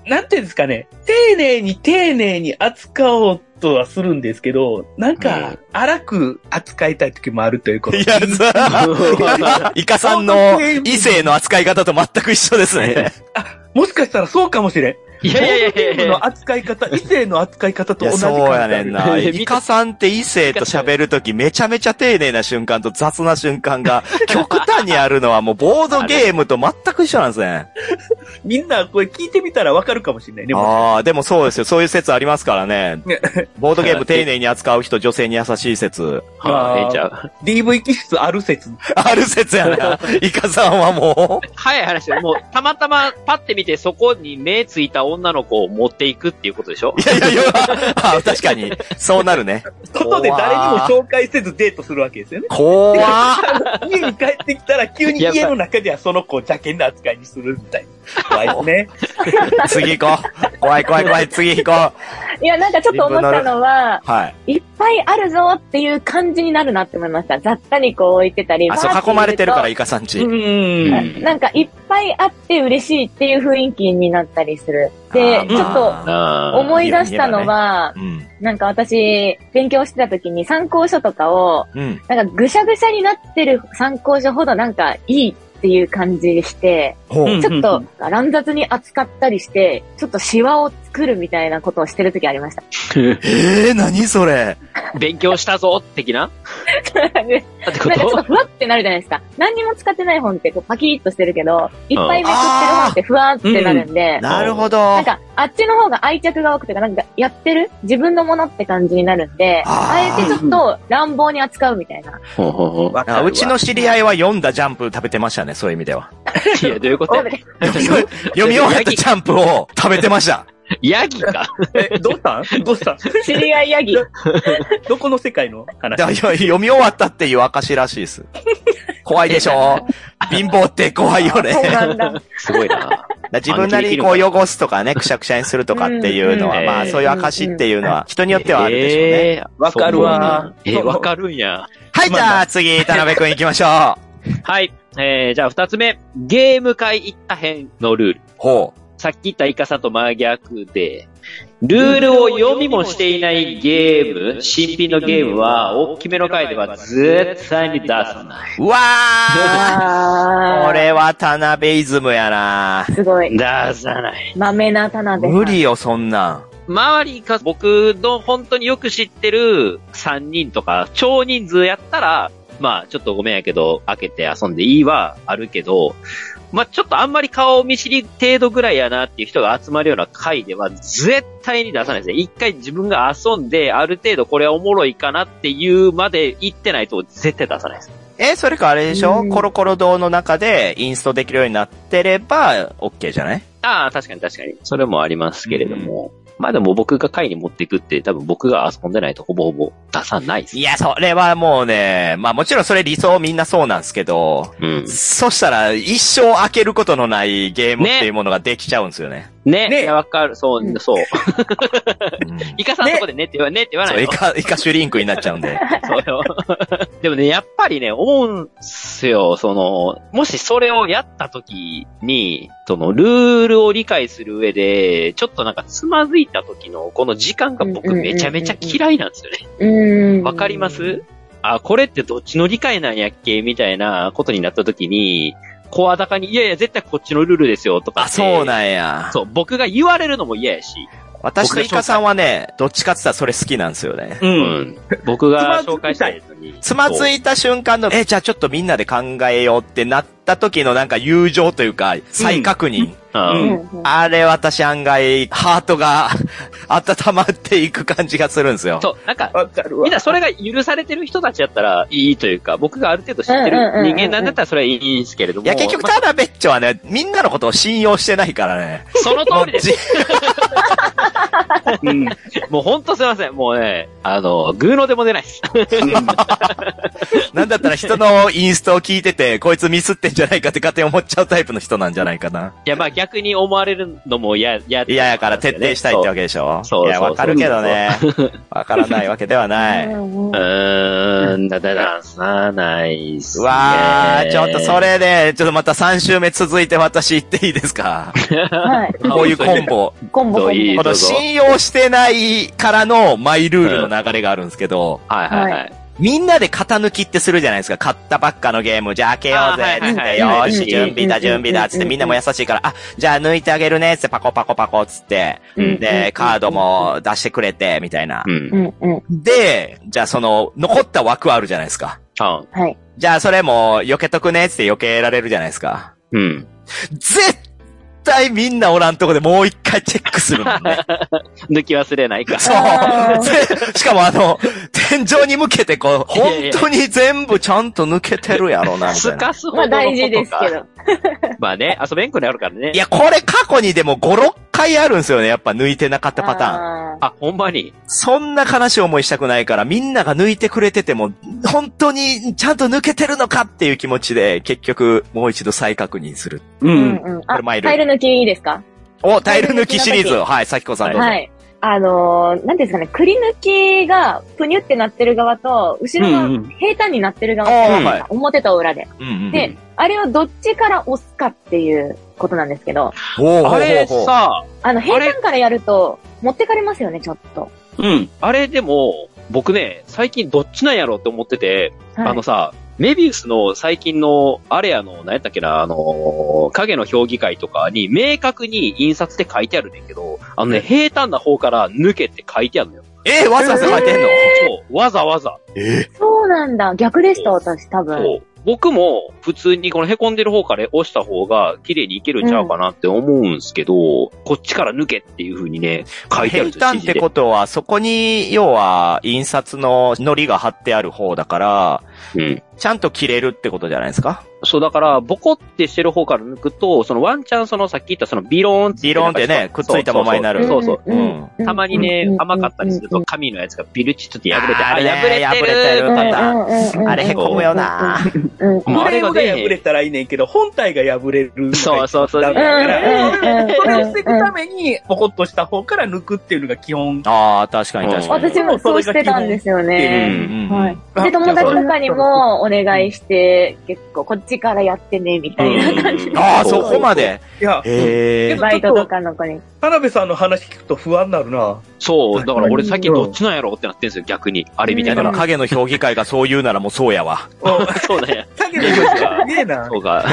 [SPEAKER 7] なんていうんですかね、丁寧に丁寧に扱おうとはするんですけど、なん
[SPEAKER 4] う
[SPEAKER 7] か、荒く扱いたい時もあるというこ と。
[SPEAKER 1] いや、そう。 イカさんの異性の扱い方と全く一緒ですね。
[SPEAKER 7] もしかしたらそうかもしれん。
[SPEAKER 4] いやいやいやい
[SPEAKER 7] ゲー
[SPEAKER 4] や
[SPEAKER 7] ムの扱い方、異性の扱い方
[SPEAKER 1] い
[SPEAKER 7] と同
[SPEAKER 1] や、
[SPEAKER 7] じ
[SPEAKER 1] そ
[SPEAKER 7] 感
[SPEAKER 1] う
[SPEAKER 7] じ
[SPEAKER 1] やねんな。
[SPEAKER 4] 見て
[SPEAKER 1] イカさんって異性と喋るときめちゃめちゃ丁寧な瞬間と雑な瞬間が極端にあるのはもうボードゲームと全く一緒なんですね。
[SPEAKER 7] みんなこれ聞いてみたらわかるかもしれないね。も
[SPEAKER 1] ああ、でもそうですよ。そういう説ありますからね。ボードゲーム丁寧に扱う人、女性に優しい説。
[SPEAKER 4] はあええんちゃう。
[SPEAKER 7] う DV 気質ある説。
[SPEAKER 1] ある説やな。イカさんはもう。
[SPEAKER 4] 早い話だよもう、たまたま、パって見て、そこに目ついた女の子を持っていくっていうことでしょ
[SPEAKER 1] いやいやいや、あ確かに。そうなるね。
[SPEAKER 7] 外で誰にも紹介せずデートするわけですよね。
[SPEAKER 1] 怖っ
[SPEAKER 7] 家に帰ってきたら急に家の中ではその子を邪険な扱いにするみたいな。怖いですね。
[SPEAKER 1] 次行こう。怖い怖い怖い、次行こ
[SPEAKER 6] いや、なんかちょっと思ったのは、
[SPEAKER 1] う。はい。
[SPEAKER 6] いっぱいあるぞっていう感じになるなって思いました。雑多にこう置いてたり。
[SPEAKER 1] あ、そ
[SPEAKER 6] わーっ
[SPEAKER 1] う、囲まれてるから、イカさん
[SPEAKER 7] う
[SPEAKER 1] ち。
[SPEAKER 7] ーん。
[SPEAKER 6] なんかいっぱいあって嬉しいっていう雰囲気になったりする。で
[SPEAKER 1] あ、ー
[SPEAKER 6] ちょっと
[SPEAKER 1] まあ
[SPEAKER 4] あ
[SPEAKER 6] 思い出したのは、
[SPEAKER 1] うん。
[SPEAKER 6] なんか私、勉強してた時に参考書とかを、
[SPEAKER 1] うん。
[SPEAKER 6] なんかぐしゃぐしゃになってる参考書ほどなんかいいっていう感じでして、
[SPEAKER 1] ほ
[SPEAKER 7] う
[SPEAKER 1] う。
[SPEAKER 7] ん
[SPEAKER 6] ちょっと乱雑に扱ったりして、ちょっとシワを作るみたいなことをしてる時ありました。
[SPEAKER 1] えー、何それ。
[SPEAKER 4] ー勉強したぞ、的なってこ
[SPEAKER 6] で なんかちょっと
[SPEAKER 4] と
[SPEAKER 6] ふわってなるじゃないですか。何にも使ってない本ってこうパキッとしてるけど、いっぱいめくってる本ってふわってなるんで、
[SPEAKER 1] なるほど。
[SPEAKER 6] なんか、あっちの方が愛着が多くて、なんか、やってる自分のものって感じになるんで、
[SPEAKER 1] あ
[SPEAKER 6] あ
[SPEAKER 1] ー
[SPEAKER 6] えてちょっと乱暴に扱うみたいな。
[SPEAKER 4] ほうほうほ
[SPEAKER 7] わ
[SPEAKER 1] あうちの知り合いは読んだジャンプ食べてましたね、そういう意味では。
[SPEAKER 4] う。いや、どういうことやねん
[SPEAKER 1] 読み終わ読み終わったジャンプを食べてました。
[SPEAKER 4] ヤギか。
[SPEAKER 7] え、どうしたんどうしたん
[SPEAKER 6] 知り合いヤギ。
[SPEAKER 7] どこの世界の話
[SPEAKER 1] だから読み終わったっていう証らしいです。怖いでしょ貧乏って怖いよね。
[SPEAKER 6] そうなんだ。
[SPEAKER 4] すごいな。
[SPEAKER 1] だから自分なりにこう汚すとかね、くしゃくしゃにするとかっていうのは、
[SPEAKER 4] うん
[SPEAKER 1] まあそういう証っていうのは人によってはあるでしょうね。
[SPEAKER 4] えー
[SPEAKER 7] わかるわ
[SPEAKER 4] そうなんだえー、わかるんや。
[SPEAKER 1] はい、じゃあ次、田辺くん行きましょう。
[SPEAKER 4] はい。えー、じゃあ二つ目。ゲーム会行った編のルール。
[SPEAKER 1] ほう。
[SPEAKER 4] さっき言ったイカさんと真逆で、ルールを読みもしていないゲーム、新品のゲームは、大きめの回では絶対に出さな
[SPEAKER 1] うわ ー こ
[SPEAKER 6] あ。
[SPEAKER 1] れは田辺イズムやない
[SPEAKER 6] すごい
[SPEAKER 4] い。。出さない。
[SPEAKER 6] 豆な田辺さん。
[SPEAKER 1] 無理よ、そんなん。
[SPEAKER 4] 周りか、僕の本当によく知ってる3人とか、超人数やったら、まあ、ちょっとごめんやけど、開けて遊んでいいはあるけど、まあ、ちょっとあんまり顔見知り程度ぐらいやなっていう人が集まるような回では絶対に出さないですね。一回自分が遊んで、ある程度これはおもろいかなっていうまで行ってないと絶対出さないです。
[SPEAKER 1] え、それかあれでしょ
[SPEAKER 6] うん
[SPEAKER 1] コロコロ堂の中でインストできるようになってれば、OK じゃない
[SPEAKER 4] ああ、確かに確かに。それもありますけれども。まあでも僕が会に持っていくって多分僕が遊んでないとほぼほぼ出さないです。
[SPEAKER 1] いや、それはもうね、まあもちろんそれ理想みんなそうなんですけど、
[SPEAKER 4] うん。
[SPEAKER 1] そしたら一生開けることのないゲームっていうものができちゃうんですよね。
[SPEAKER 4] ね。
[SPEAKER 7] ね
[SPEAKER 4] いやわかる。そうう、
[SPEAKER 6] ん
[SPEAKER 4] そう。
[SPEAKER 1] うん
[SPEAKER 4] イカさんのとこでねって言わ,、ね、って言わ
[SPEAKER 1] そ
[SPEAKER 4] な
[SPEAKER 1] う、
[SPEAKER 4] い
[SPEAKER 1] イ
[SPEAKER 4] と。
[SPEAKER 1] カ、イカシュリンクになっちゃうんで。
[SPEAKER 4] そうよ。 でもね、やっぱりね、思うんすよ。その、もしそれをやった時に、その、ルールを理解する上で、ちょっとなんかつまずいた時の、この時間が
[SPEAKER 6] うんうんう
[SPEAKER 4] 僕
[SPEAKER 6] んうん
[SPEAKER 4] めちゃめちゃ嫌いなんですよね。
[SPEAKER 6] うん。
[SPEAKER 4] わかりますあ、これってどっちの理解なんやっけみたいなことになった時に、声高に、いやいや、絶対こっちのルールですよ、と か。
[SPEAKER 1] あ、そう。なんや。
[SPEAKER 4] そう、僕が言われるのも嫌やし。
[SPEAKER 1] 私とイカさんはね、どっちかって言ったらそれ好きなんですよね。
[SPEAKER 7] う。
[SPEAKER 4] うんん。僕が紹介したいのに。
[SPEAKER 1] つまずいた瞬間の、え、じゃあちょっとみんなで考えようってなった時のなんか友情というか、再確認。
[SPEAKER 4] そう。うん
[SPEAKER 6] うん
[SPEAKER 1] あれ私案外、ハートが 温まっていく感じがするんですよ。
[SPEAKER 4] そう、なんか、
[SPEAKER 7] わかるわ
[SPEAKER 4] みん。なそれが許されてる人たちやったらいいというか、僕がある程度知って
[SPEAKER 6] うんうんうん
[SPEAKER 4] る
[SPEAKER 6] う
[SPEAKER 4] 人
[SPEAKER 6] ん
[SPEAKER 4] 間なんだったらそれはいいんですけれども。
[SPEAKER 1] いや、結局、
[SPEAKER 4] まあ
[SPEAKER 1] ただベッチョはね、みんなのことを信用してないから ね。
[SPEAKER 4] その通りです。
[SPEAKER 7] うん。
[SPEAKER 4] もうほんとすいません。もうね、あの、グーのでも出ないです。
[SPEAKER 1] なんだったら人のインストを聞いてて、こいつミスってんじゃないかって勝手に思っちゃうタイプの人なんじゃないかな。
[SPEAKER 4] いや、まあ逆に思われるのも嫌、嫌
[SPEAKER 1] いややから徹底したいってわ
[SPEAKER 4] け。
[SPEAKER 1] けでしょ
[SPEAKER 4] そうそうそう
[SPEAKER 1] いや、わかるけどね。わからないわけではな
[SPEAKER 6] う
[SPEAKER 1] い。
[SPEAKER 6] んうん
[SPEAKER 4] そううーん、だ、だ、だ、さないっす
[SPEAKER 1] う
[SPEAKER 4] ね。
[SPEAKER 1] わー、ちょっとそれで、ちょっとまた3週目続いて私言っていいです か
[SPEAKER 6] はい。
[SPEAKER 1] こういうコンボ。
[SPEAKER 6] コンボコンボ。
[SPEAKER 4] いい
[SPEAKER 1] この信用してないからのマイルールの流れがあるんですけど、
[SPEAKER 4] はいはいはい。
[SPEAKER 1] みんなで型抜きってするじゃないですか。買ったばっかのゲーム、じゃあ開けようぜ
[SPEAKER 4] あーはい
[SPEAKER 1] っつっ
[SPEAKER 4] はいは
[SPEAKER 1] て、
[SPEAKER 4] い
[SPEAKER 1] よ
[SPEAKER 4] はい
[SPEAKER 1] ーし、準備だ、準備だ、つって、みんなも優しいから、あ、じゃあ抜いてあげるね、つって、パコパコパコ、つって、
[SPEAKER 4] うん
[SPEAKER 1] で、カードも出してくれて、みたいな
[SPEAKER 4] う。。
[SPEAKER 6] うんんうん。
[SPEAKER 1] で、じゃあその、残った枠あるじゃないですか。
[SPEAKER 4] あ
[SPEAKER 6] はい。
[SPEAKER 1] じゃあそれも、避けとくね、つって避けられるじゃないですか。
[SPEAKER 4] うん。
[SPEAKER 1] 絶対みんなおらんとこでもう一回チェックするもんね。
[SPEAKER 4] 抜き忘れないか。
[SPEAKER 1] そう
[SPEAKER 6] あー。
[SPEAKER 1] ぜしかもあの、天井に向けてこう、
[SPEAKER 4] いやい
[SPEAKER 1] 本
[SPEAKER 4] や
[SPEAKER 1] 当に全部ちゃんと抜けてるやろな、みた
[SPEAKER 4] す
[SPEAKER 1] いな。
[SPEAKER 4] かすほ
[SPEAKER 6] ま
[SPEAKER 4] ど
[SPEAKER 6] あ
[SPEAKER 4] のことか。
[SPEAKER 6] 大事ですけど。
[SPEAKER 4] まあね、遊べんくなるからね
[SPEAKER 1] い。や、これ過去にでも5、6回あるんですよね。やっぱ抜いてなかったパターン。
[SPEAKER 6] ーン。
[SPEAKER 4] あ、ほんまに。
[SPEAKER 1] そんな悲しい思いしたくないから、みんなが抜いてくれてても、本当にちゃんと抜けてるのかっていう気持ちで、結局、もう一度再確認する。
[SPEAKER 7] う。
[SPEAKER 6] うんんうん。
[SPEAKER 1] こ
[SPEAKER 6] あ、
[SPEAKER 1] れマイル
[SPEAKER 6] タイル抜きいいですか
[SPEAKER 1] お、タイル抜きシリーズ。はい、さきこさんどうぞ。
[SPEAKER 6] はい。あのー、なんていうんですかね、くり抜きが、ぷにゅってなってる側と、後ろ
[SPEAKER 7] うんう
[SPEAKER 6] が
[SPEAKER 7] ん
[SPEAKER 6] 平坦になってる側っていうんですか、表と裏で。
[SPEAKER 1] うんうん。
[SPEAKER 6] で、あれをどっちから押すかっていうことなんですけど、
[SPEAKER 1] おーほ
[SPEAKER 4] あ
[SPEAKER 1] うほ
[SPEAKER 4] れ
[SPEAKER 1] うほう
[SPEAKER 4] さ、
[SPEAKER 6] あの、平
[SPEAKER 4] あれ
[SPEAKER 6] 坦からやると、持ってかれますよね、ちょっと。
[SPEAKER 7] うん。
[SPEAKER 4] あれでも、僕ね、最近どっちなんやろうって思ってて、
[SPEAKER 6] はい
[SPEAKER 4] あのさ、メビウスの最近の、あれやの、何やったっけな、あのー影の評議会とかに明確に印刷で書いてあるねんけど、あのね、平坦な方から抜けって書いてあるのよ。
[SPEAKER 1] えーわざわざ書いてんの
[SPEAKER 4] そう、わざわざ。
[SPEAKER 6] そうなんだ。逆でした、私、多分。
[SPEAKER 4] そう。僕も普通にこの凹んでる方から押した方が綺麗にいけるんちゃうかなって思うんすけど、こっちから抜けっていう風にね、書いて
[SPEAKER 1] 平
[SPEAKER 4] あるんですよ
[SPEAKER 1] 坦っ
[SPEAKER 4] 指示
[SPEAKER 1] て
[SPEAKER 4] で
[SPEAKER 1] ことは、そこに、要は、印刷の糊が貼ってある方だから、
[SPEAKER 4] うん。
[SPEAKER 1] ちゃんと切れるってことじゃないですか
[SPEAKER 4] そう、だから、ボコってしてる方から抜くと、そのワンチャンそのさっき言ったそのビローンって
[SPEAKER 1] ビローンってね
[SPEAKER 4] なんかそう
[SPEAKER 1] くっついたままになる
[SPEAKER 4] そうそうそう。
[SPEAKER 1] うんうん
[SPEAKER 4] たまにね、甘かったりすると、紙のやつがビルチッとって破れて、
[SPEAKER 1] あー
[SPEAKER 4] あれ
[SPEAKER 1] あれ
[SPEAKER 4] 破れ
[SPEAKER 1] 破
[SPEAKER 4] てる
[SPEAKER 1] れてるパターン
[SPEAKER 6] あ
[SPEAKER 1] あれへこむよな
[SPEAKER 6] うんうん。
[SPEAKER 4] うん
[SPEAKER 7] フ
[SPEAKER 4] あれ
[SPEAKER 7] レー
[SPEAKER 4] が
[SPEAKER 7] ムが破れたらいいねんけど、本体が破れるのが。
[SPEAKER 4] そうそう そう。
[SPEAKER 7] ダメだから。それを防ぐ
[SPEAKER 6] うんうん
[SPEAKER 7] ために、ボコッとした方から抜くっていうのが基本。
[SPEAKER 1] ああ、確かに確かに。
[SPEAKER 6] 私もそうしてたんですよ
[SPEAKER 1] う
[SPEAKER 6] ね。
[SPEAKER 1] んうん
[SPEAKER 6] はい。で、友達とかにもお願いして、結構こっちからやってね、みたいな感じで。
[SPEAKER 1] ああ、そこまで。
[SPEAKER 7] いや、
[SPEAKER 1] へ
[SPEAKER 7] け
[SPEAKER 1] え
[SPEAKER 7] ど。
[SPEAKER 6] バイトとかの子に。
[SPEAKER 7] 田辺さんの話聞くと不安になる な。
[SPEAKER 4] そう、だから俺最近どっちなんやろうってなってんすよ、逆に。あれみた
[SPEAKER 1] だ
[SPEAKER 4] い
[SPEAKER 1] か
[SPEAKER 4] な
[SPEAKER 1] ら。影の評議会がそう言うならもうそうやわ。
[SPEAKER 4] そうなんや。
[SPEAKER 7] 影の人がねえな。
[SPEAKER 4] そう か。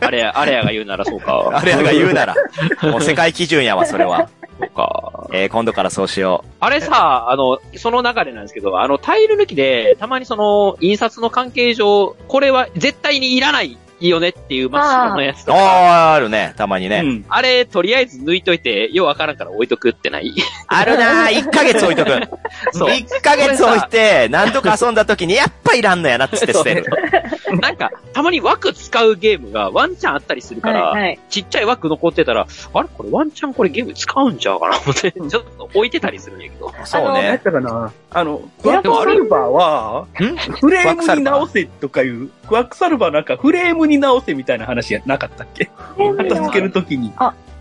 [SPEAKER 4] あれや、あれやが言うならそうか。
[SPEAKER 1] あれやが言うなら。もう世界基準やわ、それは。
[SPEAKER 4] そうか。
[SPEAKER 1] えー、今度からそうしよ
[SPEAKER 4] あれさ、あの、その流れなんですけど、あの、タイル抜きで、たまにその、印刷の関係上、これは絶対にいらないいいよねっていう真っ白のやつとか。
[SPEAKER 1] あー、あるね。たまにね。
[SPEAKER 7] うん。
[SPEAKER 4] あれ、とりあえず抜いといて、ようわからんから置いとくってない。
[SPEAKER 1] あるなー。1ヶ月置いとく。
[SPEAKER 4] そう。
[SPEAKER 1] 1ヶ月置いて、何度か遊んだ時に、やっぱいらんのやなっつって捨てる。
[SPEAKER 4] なんか、たまに枠使うゲームがワンチャンあったりするから、
[SPEAKER 6] はいはい。
[SPEAKER 4] ちっちゃい枠残ってたら、あれこれワンチャンこれゲーム使うんちゃうかな思って、ちょっと置いてたりするんやけど。
[SPEAKER 1] そう
[SPEAKER 7] 何やっ
[SPEAKER 1] ね。
[SPEAKER 7] たかなあの、ク
[SPEAKER 6] い
[SPEAKER 7] ワ
[SPEAKER 6] や
[SPEAKER 7] ックサルバーは、
[SPEAKER 1] ん
[SPEAKER 7] フレームに直せとかいう、クワックサルバーなんかフレームに直せみたいな話やなかったっけ片付けるときに。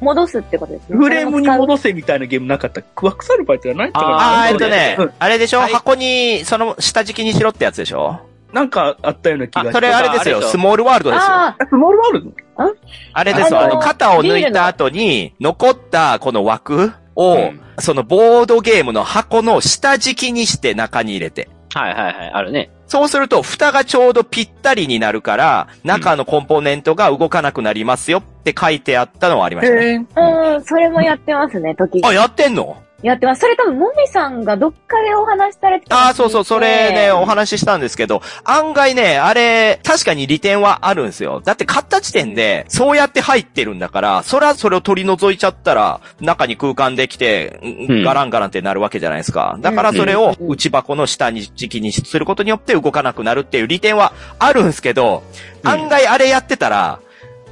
[SPEAKER 6] 戻すってことですね。
[SPEAKER 7] フレームに戻せみたいなゲームなかったっけクワックサルバーって何やったかな
[SPEAKER 1] あー、えっ
[SPEAKER 4] ー
[SPEAKER 1] とね
[SPEAKER 7] うん、
[SPEAKER 1] あれでしょ
[SPEAKER 4] はい
[SPEAKER 1] 箱に、その、下敷きにしろってやつでしょ
[SPEAKER 7] なんかあったような気がして
[SPEAKER 1] それあれです
[SPEAKER 4] あ
[SPEAKER 1] よ。
[SPEAKER 4] れでしょ
[SPEAKER 1] スモールワールドですよ。
[SPEAKER 6] ああ、
[SPEAKER 7] スモールワールド
[SPEAKER 1] あれですよ、あ
[SPEAKER 6] あの
[SPEAKER 1] の、肩を抜いた後に、残ったこの枠を、
[SPEAKER 4] うん
[SPEAKER 1] そのボードゲームの箱の下敷きにして中に入れて。
[SPEAKER 4] はいはいはい、あるね。
[SPEAKER 1] そうすると、蓋がちょうどぴったりになるから、中のコンポーネントが動かなくなりますよって書いてあったのはありましたね。
[SPEAKER 7] え
[SPEAKER 6] うん、それもやってますね、時々
[SPEAKER 1] あ、やってんの
[SPEAKER 6] やってます。それ多分、もみさんがどっかでお話しされてた
[SPEAKER 1] ああ、そうそう、それね、お話ししたんですけど、案外ね、あれ、確かに利点はあるんですよ。だって買った時点で、そうやって入ってるんだから、そらそれを取り除いちゃったら、中に空間できて、
[SPEAKER 4] うん
[SPEAKER 1] ガランガランってなるわけじゃないですか。だからそれを内箱の下に敷きにすることによって動かなくなるっていう利点はあるんですけど、
[SPEAKER 4] うん
[SPEAKER 1] 案外あれやってたら、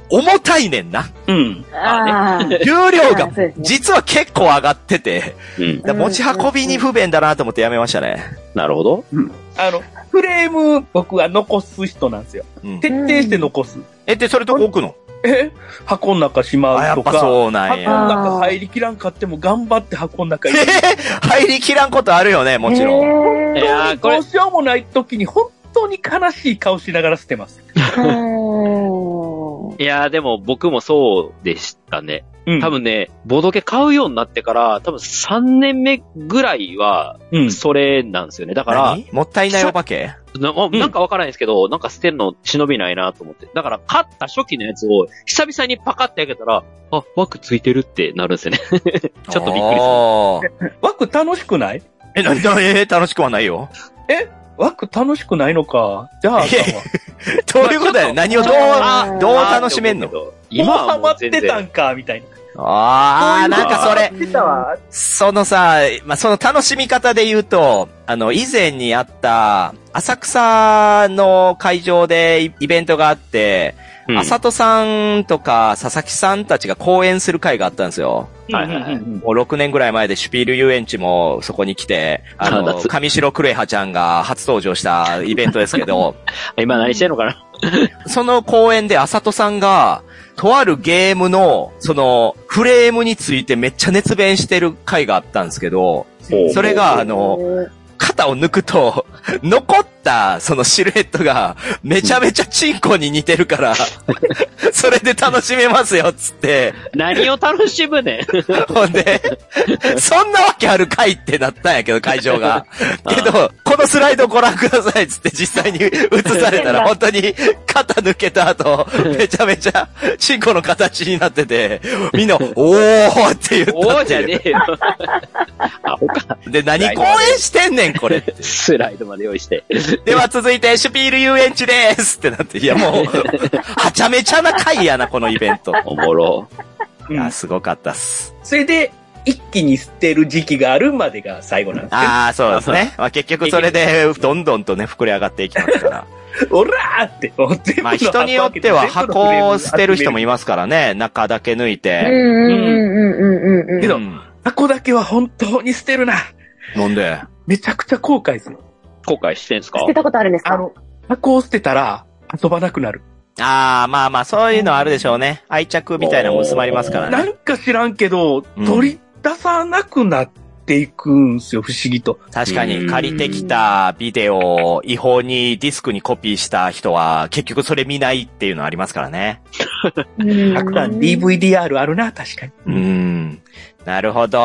[SPEAKER 1] 重たいねんな。
[SPEAKER 7] うん。
[SPEAKER 6] ああ、
[SPEAKER 1] 重量が
[SPEAKER 6] あそうです、ね
[SPEAKER 1] 実は結構上がってて、
[SPEAKER 4] うん。
[SPEAKER 1] だから持ち運びに不便だなと思ってやめましたね。
[SPEAKER 4] なるほど。
[SPEAKER 7] あの、フレーム僕は残す人なんですよ。
[SPEAKER 1] うん
[SPEAKER 7] 徹底して残す。
[SPEAKER 1] え、で、それとこ置くの
[SPEAKER 7] え箱の中し
[SPEAKER 1] あ、
[SPEAKER 7] ま
[SPEAKER 1] や
[SPEAKER 7] う
[SPEAKER 1] っ
[SPEAKER 7] と
[SPEAKER 1] ぱ
[SPEAKER 7] か。
[SPEAKER 1] そうなん
[SPEAKER 7] 箱
[SPEAKER 1] や。
[SPEAKER 7] の中入りきらんかっても頑張って箱の中
[SPEAKER 1] え
[SPEAKER 7] 入
[SPEAKER 1] へ
[SPEAKER 7] れて。
[SPEAKER 1] へ 入りきらんことあるよね、もちろん。
[SPEAKER 6] ん
[SPEAKER 4] い
[SPEAKER 6] え
[SPEAKER 4] やー、こ
[SPEAKER 7] ど
[SPEAKER 4] れ
[SPEAKER 7] う、しようもない時に本当に悲しい顔しながら捨てます。
[SPEAKER 4] いやー、でも僕もそうでしたね。
[SPEAKER 7] うん
[SPEAKER 4] 多。分ね、ボドゲ買うようになってから、多分3年目ぐらいは、
[SPEAKER 7] うん。
[SPEAKER 4] それなんですよね。だから、
[SPEAKER 1] 何もったいないお化け
[SPEAKER 4] なおなんかわからないですけど、なんか捨てるの忍びないなと思って。だから、買った初期のやつを、久々にパカって開けたら、あ、枠ついてるってなるんですよね。 ち
[SPEAKER 1] す
[SPEAKER 4] ょっとびっくりする
[SPEAKER 7] 枠楽しくない
[SPEAKER 1] る。え、なにな、えー、楽しくはない よ。
[SPEAKER 7] 枠楽しくないのか。じゃあ、あ
[SPEAKER 1] いやどういうことだよ。何をどう、
[SPEAKER 6] あ
[SPEAKER 1] どう楽しめんの
[SPEAKER 4] の
[SPEAKER 7] 今
[SPEAKER 4] 今
[SPEAKER 7] ハ
[SPEAKER 4] は
[SPEAKER 7] マ
[SPEAKER 4] も
[SPEAKER 7] っ
[SPEAKER 4] う
[SPEAKER 7] て
[SPEAKER 4] 全
[SPEAKER 7] た
[SPEAKER 4] 然。
[SPEAKER 7] んか、みたいな。
[SPEAKER 1] あー、なんかそれ、
[SPEAKER 7] 出たわ。
[SPEAKER 1] そのさ、まあ、その楽しみ方で言うと、あの、以前にあった、浅草の会場でイイベントがあって、
[SPEAKER 4] うん
[SPEAKER 1] あさとさんとか佐々木さんたちが講演する会があったんですよ。
[SPEAKER 4] はいはいはい
[SPEAKER 7] うん
[SPEAKER 1] もう6年ぐらい前でシュピール遊園地もそこに来て、あ
[SPEAKER 4] あ
[SPEAKER 1] の、
[SPEAKER 4] 夏
[SPEAKER 1] 上白クレハちゃんが初登場したイベントですけど、
[SPEAKER 4] 今何してんのか な
[SPEAKER 1] その公演であさとさんが、とあるゲームの、その、フレームについてめっちゃ熱弁してる回があったんですけど、それが、あの、、肩を抜くと、 残った、そのシルエットが、めちゃめちゃチンコに似てるから、それで楽しめますよ、つって。
[SPEAKER 4] 何を楽しむ ねん。
[SPEAKER 1] ほんで、そんなわけあるかいってなったんやけど、会場が。けど、このスライドご覧くださいっつって実際に映されたら、本当に肩抜けた後、めちゃめちゃ、チンコの形になってて、みんな、おーって言ったっていう。
[SPEAKER 4] おーじゃね えよ。あ、ほか。
[SPEAKER 1] で、何公演してんねん、これ。
[SPEAKER 4] スライドまで用意して。
[SPEAKER 1] では続いて、シュピール遊園地ですってなって、いやもう、はちゃめちゃな回やな、このイベント。
[SPEAKER 4] おもろ。
[SPEAKER 1] いや、すごかったっす。
[SPEAKER 7] それで、一気に捨てる時期があるまでが最後なんですね。
[SPEAKER 1] ああ、そうですね。まあ結局それで、どんどんとね、膨れ上がっていきますから。
[SPEAKER 7] おらーって、もう全部の
[SPEAKER 1] まあ
[SPEAKER 7] 箱
[SPEAKER 1] 人によっては箱を捨てる人もいますからね、中だけ抜い
[SPEAKER 6] うん
[SPEAKER 1] て。
[SPEAKER 6] うんうんうんうんうん。
[SPEAKER 7] けど
[SPEAKER 1] うん
[SPEAKER 7] 箱だけは本当に捨てるな。
[SPEAKER 1] なんで
[SPEAKER 7] めちゃくちゃ後悔する。
[SPEAKER 4] 後悔してんすか
[SPEAKER 6] 捨てたことあるんです
[SPEAKER 7] あ
[SPEAKER 6] か
[SPEAKER 7] の、箱を捨てたら遊ばなくなる。
[SPEAKER 1] ああ、まあまあ、そういうのはあるでしょうね。愛着みたいなのも薄まりますから
[SPEAKER 7] な
[SPEAKER 1] ね。
[SPEAKER 7] んか知らんけど、
[SPEAKER 1] うん
[SPEAKER 7] 取り出さなくなっていくんすよ、不思議と。
[SPEAKER 1] 確かに、借りてきたビデオを違法にディスクにコピーした人は、結局それ見ないっていうのはありますからね。
[SPEAKER 6] うん
[SPEAKER 7] たくさん DVDR あるな、確かに。
[SPEAKER 1] うーん。なるほど。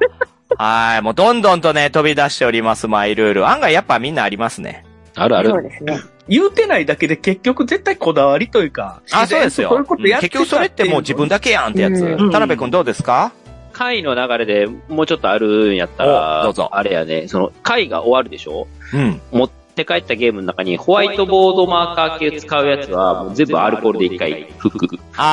[SPEAKER 1] はい。もうどんどんとね、飛び出しております、マイルール。案外やっぱみんなありますね。
[SPEAKER 4] あるあ
[SPEAKER 6] そう
[SPEAKER 4] る。
[SPEAKER 6] ですね。
[SPEAKER 7] 言うてないだけで結局絶対こだわりというか、
[SPEAKER 1] あ、そうですよ。
[SPEAKER 7] そういうことや
[SPEAKER 1] うん
[SPEAKER 7] って
[SPEAKER 1] 結局それってもう自分
[SPEAKER 7] だ。
[SPEAKER 1] だけやんってやつ。
[SPEAKER 6] うん
[SPEAKER 1] 田辺くんどうですか
[SPEAKER 4] 回の流れでもうちょっとあるんやった
[SPEAKER 1] お
[SPEAKER 4] ら、
[SPEAKER 1] どうぞ
[SPEAKER 4] あれやね、その、回が終わるでしょ
[SPEAKER 1] うん。
[SPEAKER 4] 持っって帰ったゲームの中にホワイトボードマーカー系使うやつはもう全部アルコールで一回拭く。
[SPEAKER 1] あー。
[SPEAKER 6] わ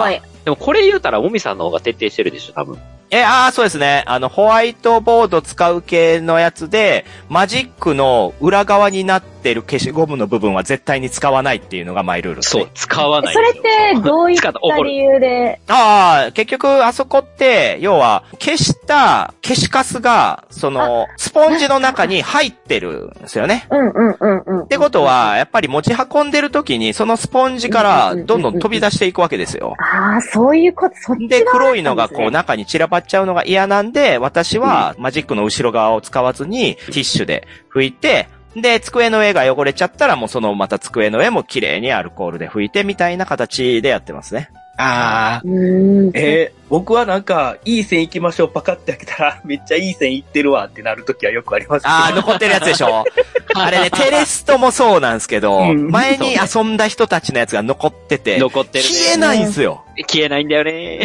[SPEAKER 6] あ、すごい。
[SPEAKER 4] でもこれ言うたら、もみさんの方が徹底してるでしょ、多分。
[SPEAKER 1] え、ああ、そうですね。あの、ホワイトボード使う系のやつで、マジックの裏側になってる消しゴムの部分は絶対に使わないっていうのがマイルール、
[SPEAKER 4] そう。、使わない
[SPEAKER 6] それって、どういっ
[SPEAKER 4] 使
[SPEAKER 6] た
[SPEAKER 4] った怒る
[SPEAKER 6] 理由で、
[SPEAKER 1] ああ、結局、あそこって、要は、消した、消しカスが、その、スポンジの中に入ってるんですよね。
[SPEAKER 6] うんうんうんうん。っ
[SPEAKER 1] ってこと、は、やっぱり持ち運んでる時に、そのスポンジからどんどん飛び出していくわけですよ。
[SPEAKER 6] ああ、そういうこと、そっち
[SPEAKER 1] で、
[SPEAKER 6] 側だったん
[SPEAKER 1] 黒いのがこう
[SPEAKER 6] ですね、
[SPEAKER 1] 中に散らばっちゃうのが嫌なんで、私はマジックの後ろ側を使わずにティッシュで拭いて、で、机の上が汚れちゃったらもうそのまた机の上も綺麗にアルコールで拭いてみたいな形でやってますね。
[SPEAKER 7] ああ。
[SPEAKER 6] うーん。
[SPEAKER 7] えー僕はなんか、いい線行きましょう、パカって開けたら、 めっちゃいい線行ってるわってなるときはよくありますけど。
[SPEAKER 1] あー、残ってるやつでし ょあれね、テレストもそうなんですけど、
[SPEAKER 7] うん
[SPEAKER 1] 前に遊んだ人たちのやつが残ってて、
[SPEAKER 4] 残ってるね。
[SPEAKER 1] 消えないんですよ。
[SPEAKER 4] 消えないんだよね。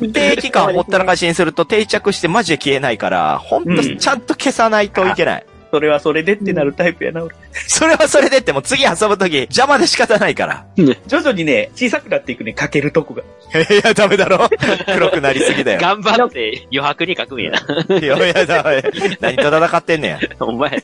[SPEAKER 6] う
[SPEAKER 1] 定期間ほったらかしにすると定着してマジで消えないから、ほんと
[SPEAKER 4] うん
[SPEAKER 1] ちゃんと消さないといけない。
[SPEAKER 7] それはそれでってなるタイプやな、俺
[SPEAKER 1] それはそれでってもう次遊ぶとき邪魔で仕方ないから。
[SPEAKER 7] 徐々にね、小さくなっていくね、かけるとこが。
[SPEAKER 1] いや、ダメだろ。 黒くなりすぎだよ。
[SPEAKER 4] 頑張って余白に書くんやな。
[SPEAKER 1] いや、いや、ダメ。何と戦ってんねん。い
[SPEAKER 4] お前。
[SPEAKER 6] ん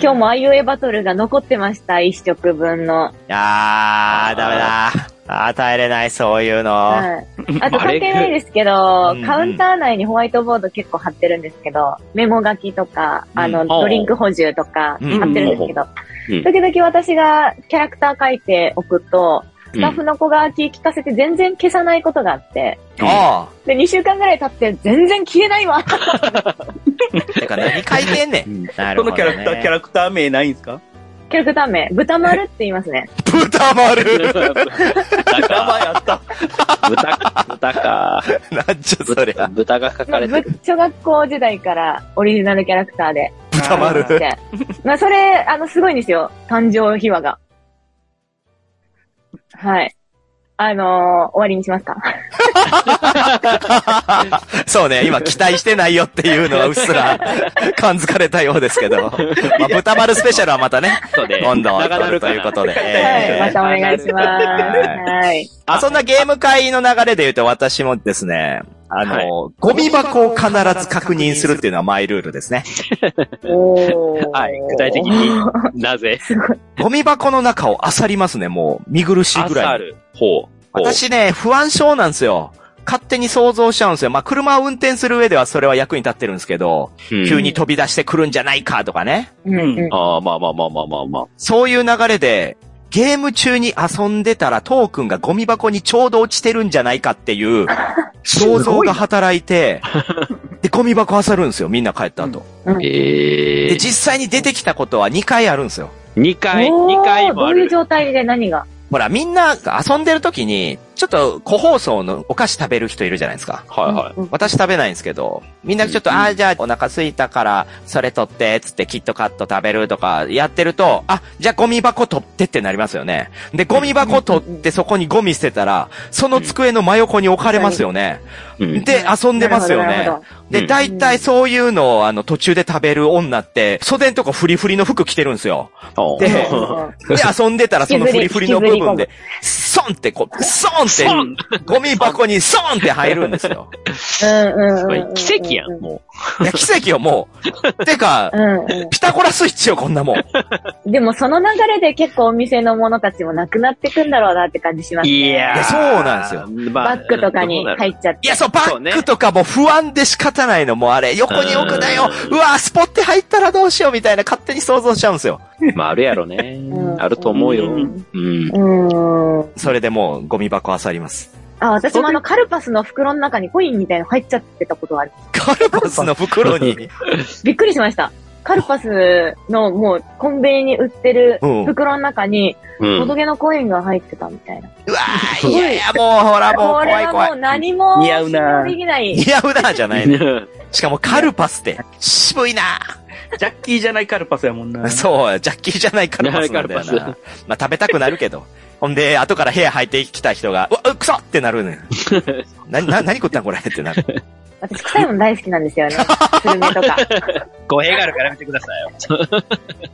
[SPEAKER 6] 今日もあいうえバトルが残ってました、一食分の。
[SPEAKER 1] やー、ダメだ。与えれない、そういうの。
[SPEAKER 6] はい。あと
[SPEAKER 4] あれ
[SPEAKER 6] 関係ないですけど
[SPEAKER 1] うん、
[SPEAKER 6] カウンター内にホワイトボード結構貼ってるんですけど、メモ書きとか、あ
[SPEAKER 1] う
[SPEAKER 6] の、
[SPEAKER 4] ん
[SPEAKER 6] ドリンク補充とか
[SPEAKER 1] うん
[SPEAKER 6] 貼ってるんですけど
[SPEAKER 4] うん、
[SPEAKER 6] 時々私がキャラクター書いておくと、スタッフの子が気聞かせて全然消さないことがあって、
[SPEAKER 1] あ
[SPEAKER 6] で、2週間ぐらい経って全然消えないわ
[SPEAKER 1] あ。てか、何書いてんねん。なる
[SPEAKER 7] そ
[SPEAKER 1] ほど、
[SPEAKER 7] の
[SPEAKER 1] ね。
[SPEAKER 7] キャラクター、キャラクター名ないんすか
[SPEAKER 6] キャラクター名、豚丸って言いますね。
[SPEAKER 1] 豚丸。
[SPEAKER 4] 豚
[SPEAKER 7] 名前
[SPEAKER 4] か。
[SPEAKER 7] あった。
[SPEAKER 4] 豚、豚か。
[SPEAKER 1] なんちゃそり ゃ
[SPEAKER 4] 豚。豚が書
[SPEAKER 6] ま
[SPEAKER 4] か
[SPEAKER 6] あ、
[SPEAKER 4] れて
[SPEAKER 6] ぶ
[SPEAKER 4] る。
[SPEAKER 6] 小学校時代からオリジナルキャラクターで。
[SPEAKER 1] 豚丸。
[SPEAKER 6] でまあ、それ、あの、すごいんですよ。誕生秘話が。はい。あのー終わりにしますか。
[SPEAKER 1] そうね、今期待してないよっていうのはうっすら感づかれたようですけど。まあ、豚丸スペシャルはまたね、
[SPEAKER 4] そうで。
[SPEAKER 1] 今度
[SPEAKER 4] 長な
[SPEAKER 1] 撮
[SPEAKER 4] る
[SPEAKER 1] る
[SPEAKER 4] か
[SPEAKER 1] と
[SPEAKER 4] な
[SPEAKER 1] いうことで。
[SPEAKER 6] はい。またお願いします。はい。
[SPEAKER 1] あ、そんなゲーム会の流れで言うと私もですね、あの、
[SPEAKER 4] はい
[SPEAKER 1] ゴミ箱を必ず確認するっていうのはマイルールですね。
[SPEAKER 6] おー。
[SPEAKER 4] はい。具体的 に、なぜ
[SPEAKER 1] ゴミ箱の中を漁りますね、もう。見苦しいぐらいに。
[SPEAKER 4] る。ほう。ほう
[SPEAKER 1] 私ね、不安症なんですよ。勝手に想像しちゃうんですよ。まあ、車を運転する上ではそれは役に立ってるんですけど、
[SPEAKER 4] うん
[SPEAKER 1] 急に飛び出してくるんじゃないかとかね。
[SPEAKER 6] うんうん。
[SPEAKER 4] ああ、まあまあまあまあまあまあ。
[SPEAKER 1] そういう流れで、ゲーム中に遊んでたらトークンがゴミ箱にちょうど落ちてるんじゃないかって いう、想像が働いて、で、ゴミ箱漁るんですよ、みんな帰った後。
[SPEAKER 4] え
[SPEAKER 1] で、
[SPEAKER 4] え。
[SPEAKER 1] 実際に出てきたことは2回あるんですよ。
[SPEAKER 4] 2回、
[SPEAKER 6] おー
[SPEAKER 4] 2回もあ
[SPEAKER 6] どうい
[SPEAKER 4] る
[SPEAKER 6] う。状態で何が
[SPEAKER 1] ほら、みんな遊んでる時に、ちょっと、個包装のお菓子食べる人いるじゃないですか。
[SPEAKER 4] はいはい。
[SPEAKER 6] うんうん
[SPEAKER 1] 私食べないんですけど、みんなちょっと、ああ、じゃあお腹空いたから、それ取って、つってキットカット食べるとかやってると、あ、じゃあゴミ箱取ってってなりますよね。で、ゴミ箱取ってそこにゴミ捨てたら、その机の真横に置かれますよね。
[SPEAKER 4] うん
[SPEAKER 1] で、遊んでますよ
[SPEAKER 6] な
[SPEAKER 1] ね
[SPEAKER 6] るほど。なるほ
[SPEAKER 4] う
[SPEAKER 1] で、
[SPEAKER 4] ん
[SPEAKER 1] 大体そういうのをあの途中で食べる女って、袖んとこフリフリの服着てるんですよ。
[SPEAKER 4] おう
[SPEAKER 1] で
[SPEAKER 6] どうんうん
[SPEAKER 1] で、遊んでたらそのフリフリの部分
[SPEAKER 6] 引きずり引きずり込
[SPEAKER 1] で
[SPEAKER 6] む、
[SPEAKER 1] ソンってこう、ソンって、ゴミ箱にソンって入るんですよ。
[SPEAKER 4] こ
[SPEAKER 6] うんうんうん
[SPEAKER 4] れ
[SPEAKER 6] うん。
[SPEAKER 4] 奇跡やん、も
[SPEAKER 1] いや、奇跡よ、もう。 てか
[SPEAKER 6] う、んう
[SPEAKER 1] ピタゴラスイッチよ、こんなもん。
[SPEAKER 6] ん。でもその流れで結構お店のものたちもなくなってくんだろうなって感じしま
[SPEAKER 4] う。
[SPEAKER 6] すね。
[SPEAKER 4] いや
[SPEAKER 1] いや
[SPEAKER 4] ー。
[SPEAKER 1] そうなんですよ
[SPEAKER 4] よ
[SPEAKER 6] バッグとかに入っちゃって。
[SPEAKER 1] いや、そう、バ
[SPEAKER 4] そうね
[SPEAKER 1] ッグとかも不安で仕方ないの、もうあれ、横に置くなよ、うわ、スポって入ったらどうしよう、みたいな勝手に想像しちゃうんですよ。
[SPEAKER 4] まあ、あるやろね
[SPEAKER 6] う。ん
[SPEAKER 4] あると思うよ。
[SPEAKER 7] う
[SPEAKER 4] うん。
[SPEAKER 6] うーん。
[SPEAKER 1] それでもう、ゴミ箱あさります。
[SPEAKER 6] あ、私もあの、カルパスの袋の中にコインみたいなの入っちゃってたことがある。
[SPEAKER 1] カルパスの袋 に、
[SPEAKER 6] びっくりしました。カルパスのもうコンビニに売ってる
[SPEAKER 1] うん
[SPEAKER 6] 袋の中に、
[SPEAKER 4] うん
[SPEAKER 6] ボトゲのコインが入ってたみたいな。
[SPEAKER 1] うわー、いやいや、もう、ほら、もう、
[SPEAKER 6] これ
[SPEAKER 1] 怖い
[SPEAKER 6] はも
[SPEAKER 1] 怖
[SPEAKER 6] う
[SPEAKER 1] い。
[SPEAKER 6] 何も
[SPEAKER 7] 似合うな
[SPEAKER 6] できない。
[SPEAKER 1] 似合うな、じゃないの。
[SPEAKER 4] う
[SPEAKER 1] しかも、カルパスっ て、渋いな。
[SPEAKER 7] ジャッキーじゃないカルパスやもんな。
[SPEAKER 1] そう、ジャッキーじゃないカルパスなんだよ
[SPEAKER 4] ないカル
[SPEAKER 1] な。まあ、食べたくなるけど。ほんで、後から部屋入ってきた人が、うわ、うっくそってなるのよ。な、な、何食ったんこれってなる。
[SPEAKER 6] 私、臭いもの大好きなんですよね。スルメとか。
[SPEAKER 4] 語弊があるからやめてくださいよ。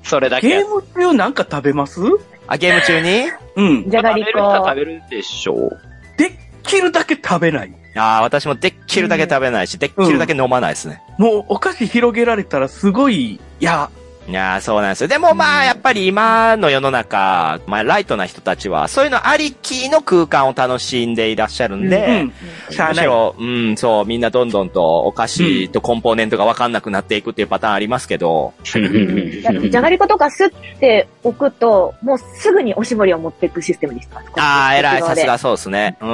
[SPEAKER 4] それだけ
[SPEAKER 7] ゲ
[SPEAKER 4] や。
[SPEAKER 7] ーム中なんか食べます
[SPEAKER 1] あ、ゲーム中に
[SPEAKER 7] うん。
[SPEAKER 6] じゃが
[SPEAKER 4] 食べる
[SPEAKER 6] り
[SPEAKER 4] 人は
[SPEAKER 6] こ
[SPEAKER 4] 食。べるでしょう。
[SPEAKER 7] できるだけ食べない。
[SPEAKER 1] ああ、私もでっきるだけ食べないし、でっきるだけ飲まないですね。
[SPEAKER 7] もうお菓子広げられたらすごい、いや、
[SPEAKER 1] いやーそうなんですよ。でもまあ、やっぱり今の世の中、まあ、ライトな人たちは、そういうのありきの空間を楽しんでいらっしゃるん
[SPEAKER 7] う
[SPEAKER 1] で、
[SPEAKER 7] ん。しゃあ
[SPEAKER 1] む
[SPEAKER 7] な
[SPEAKER 1] し
[SPEAKER 7] い。
[SPEAKER 1] ろ、うん、そう、みんなどんどんとお菓子とコンポーネントがわかんなくなっていくっていうパターンありますけど、
[SPEAKER 6] だ ってじゃがりことかすって置くと、もうすぐにおしぼりを持っていくシステムにしてます。
[SPEAKER 1] ああ、偉い、さすが
[SPEAKER 6] こ
[SPEAKER 1] そうですね。うん、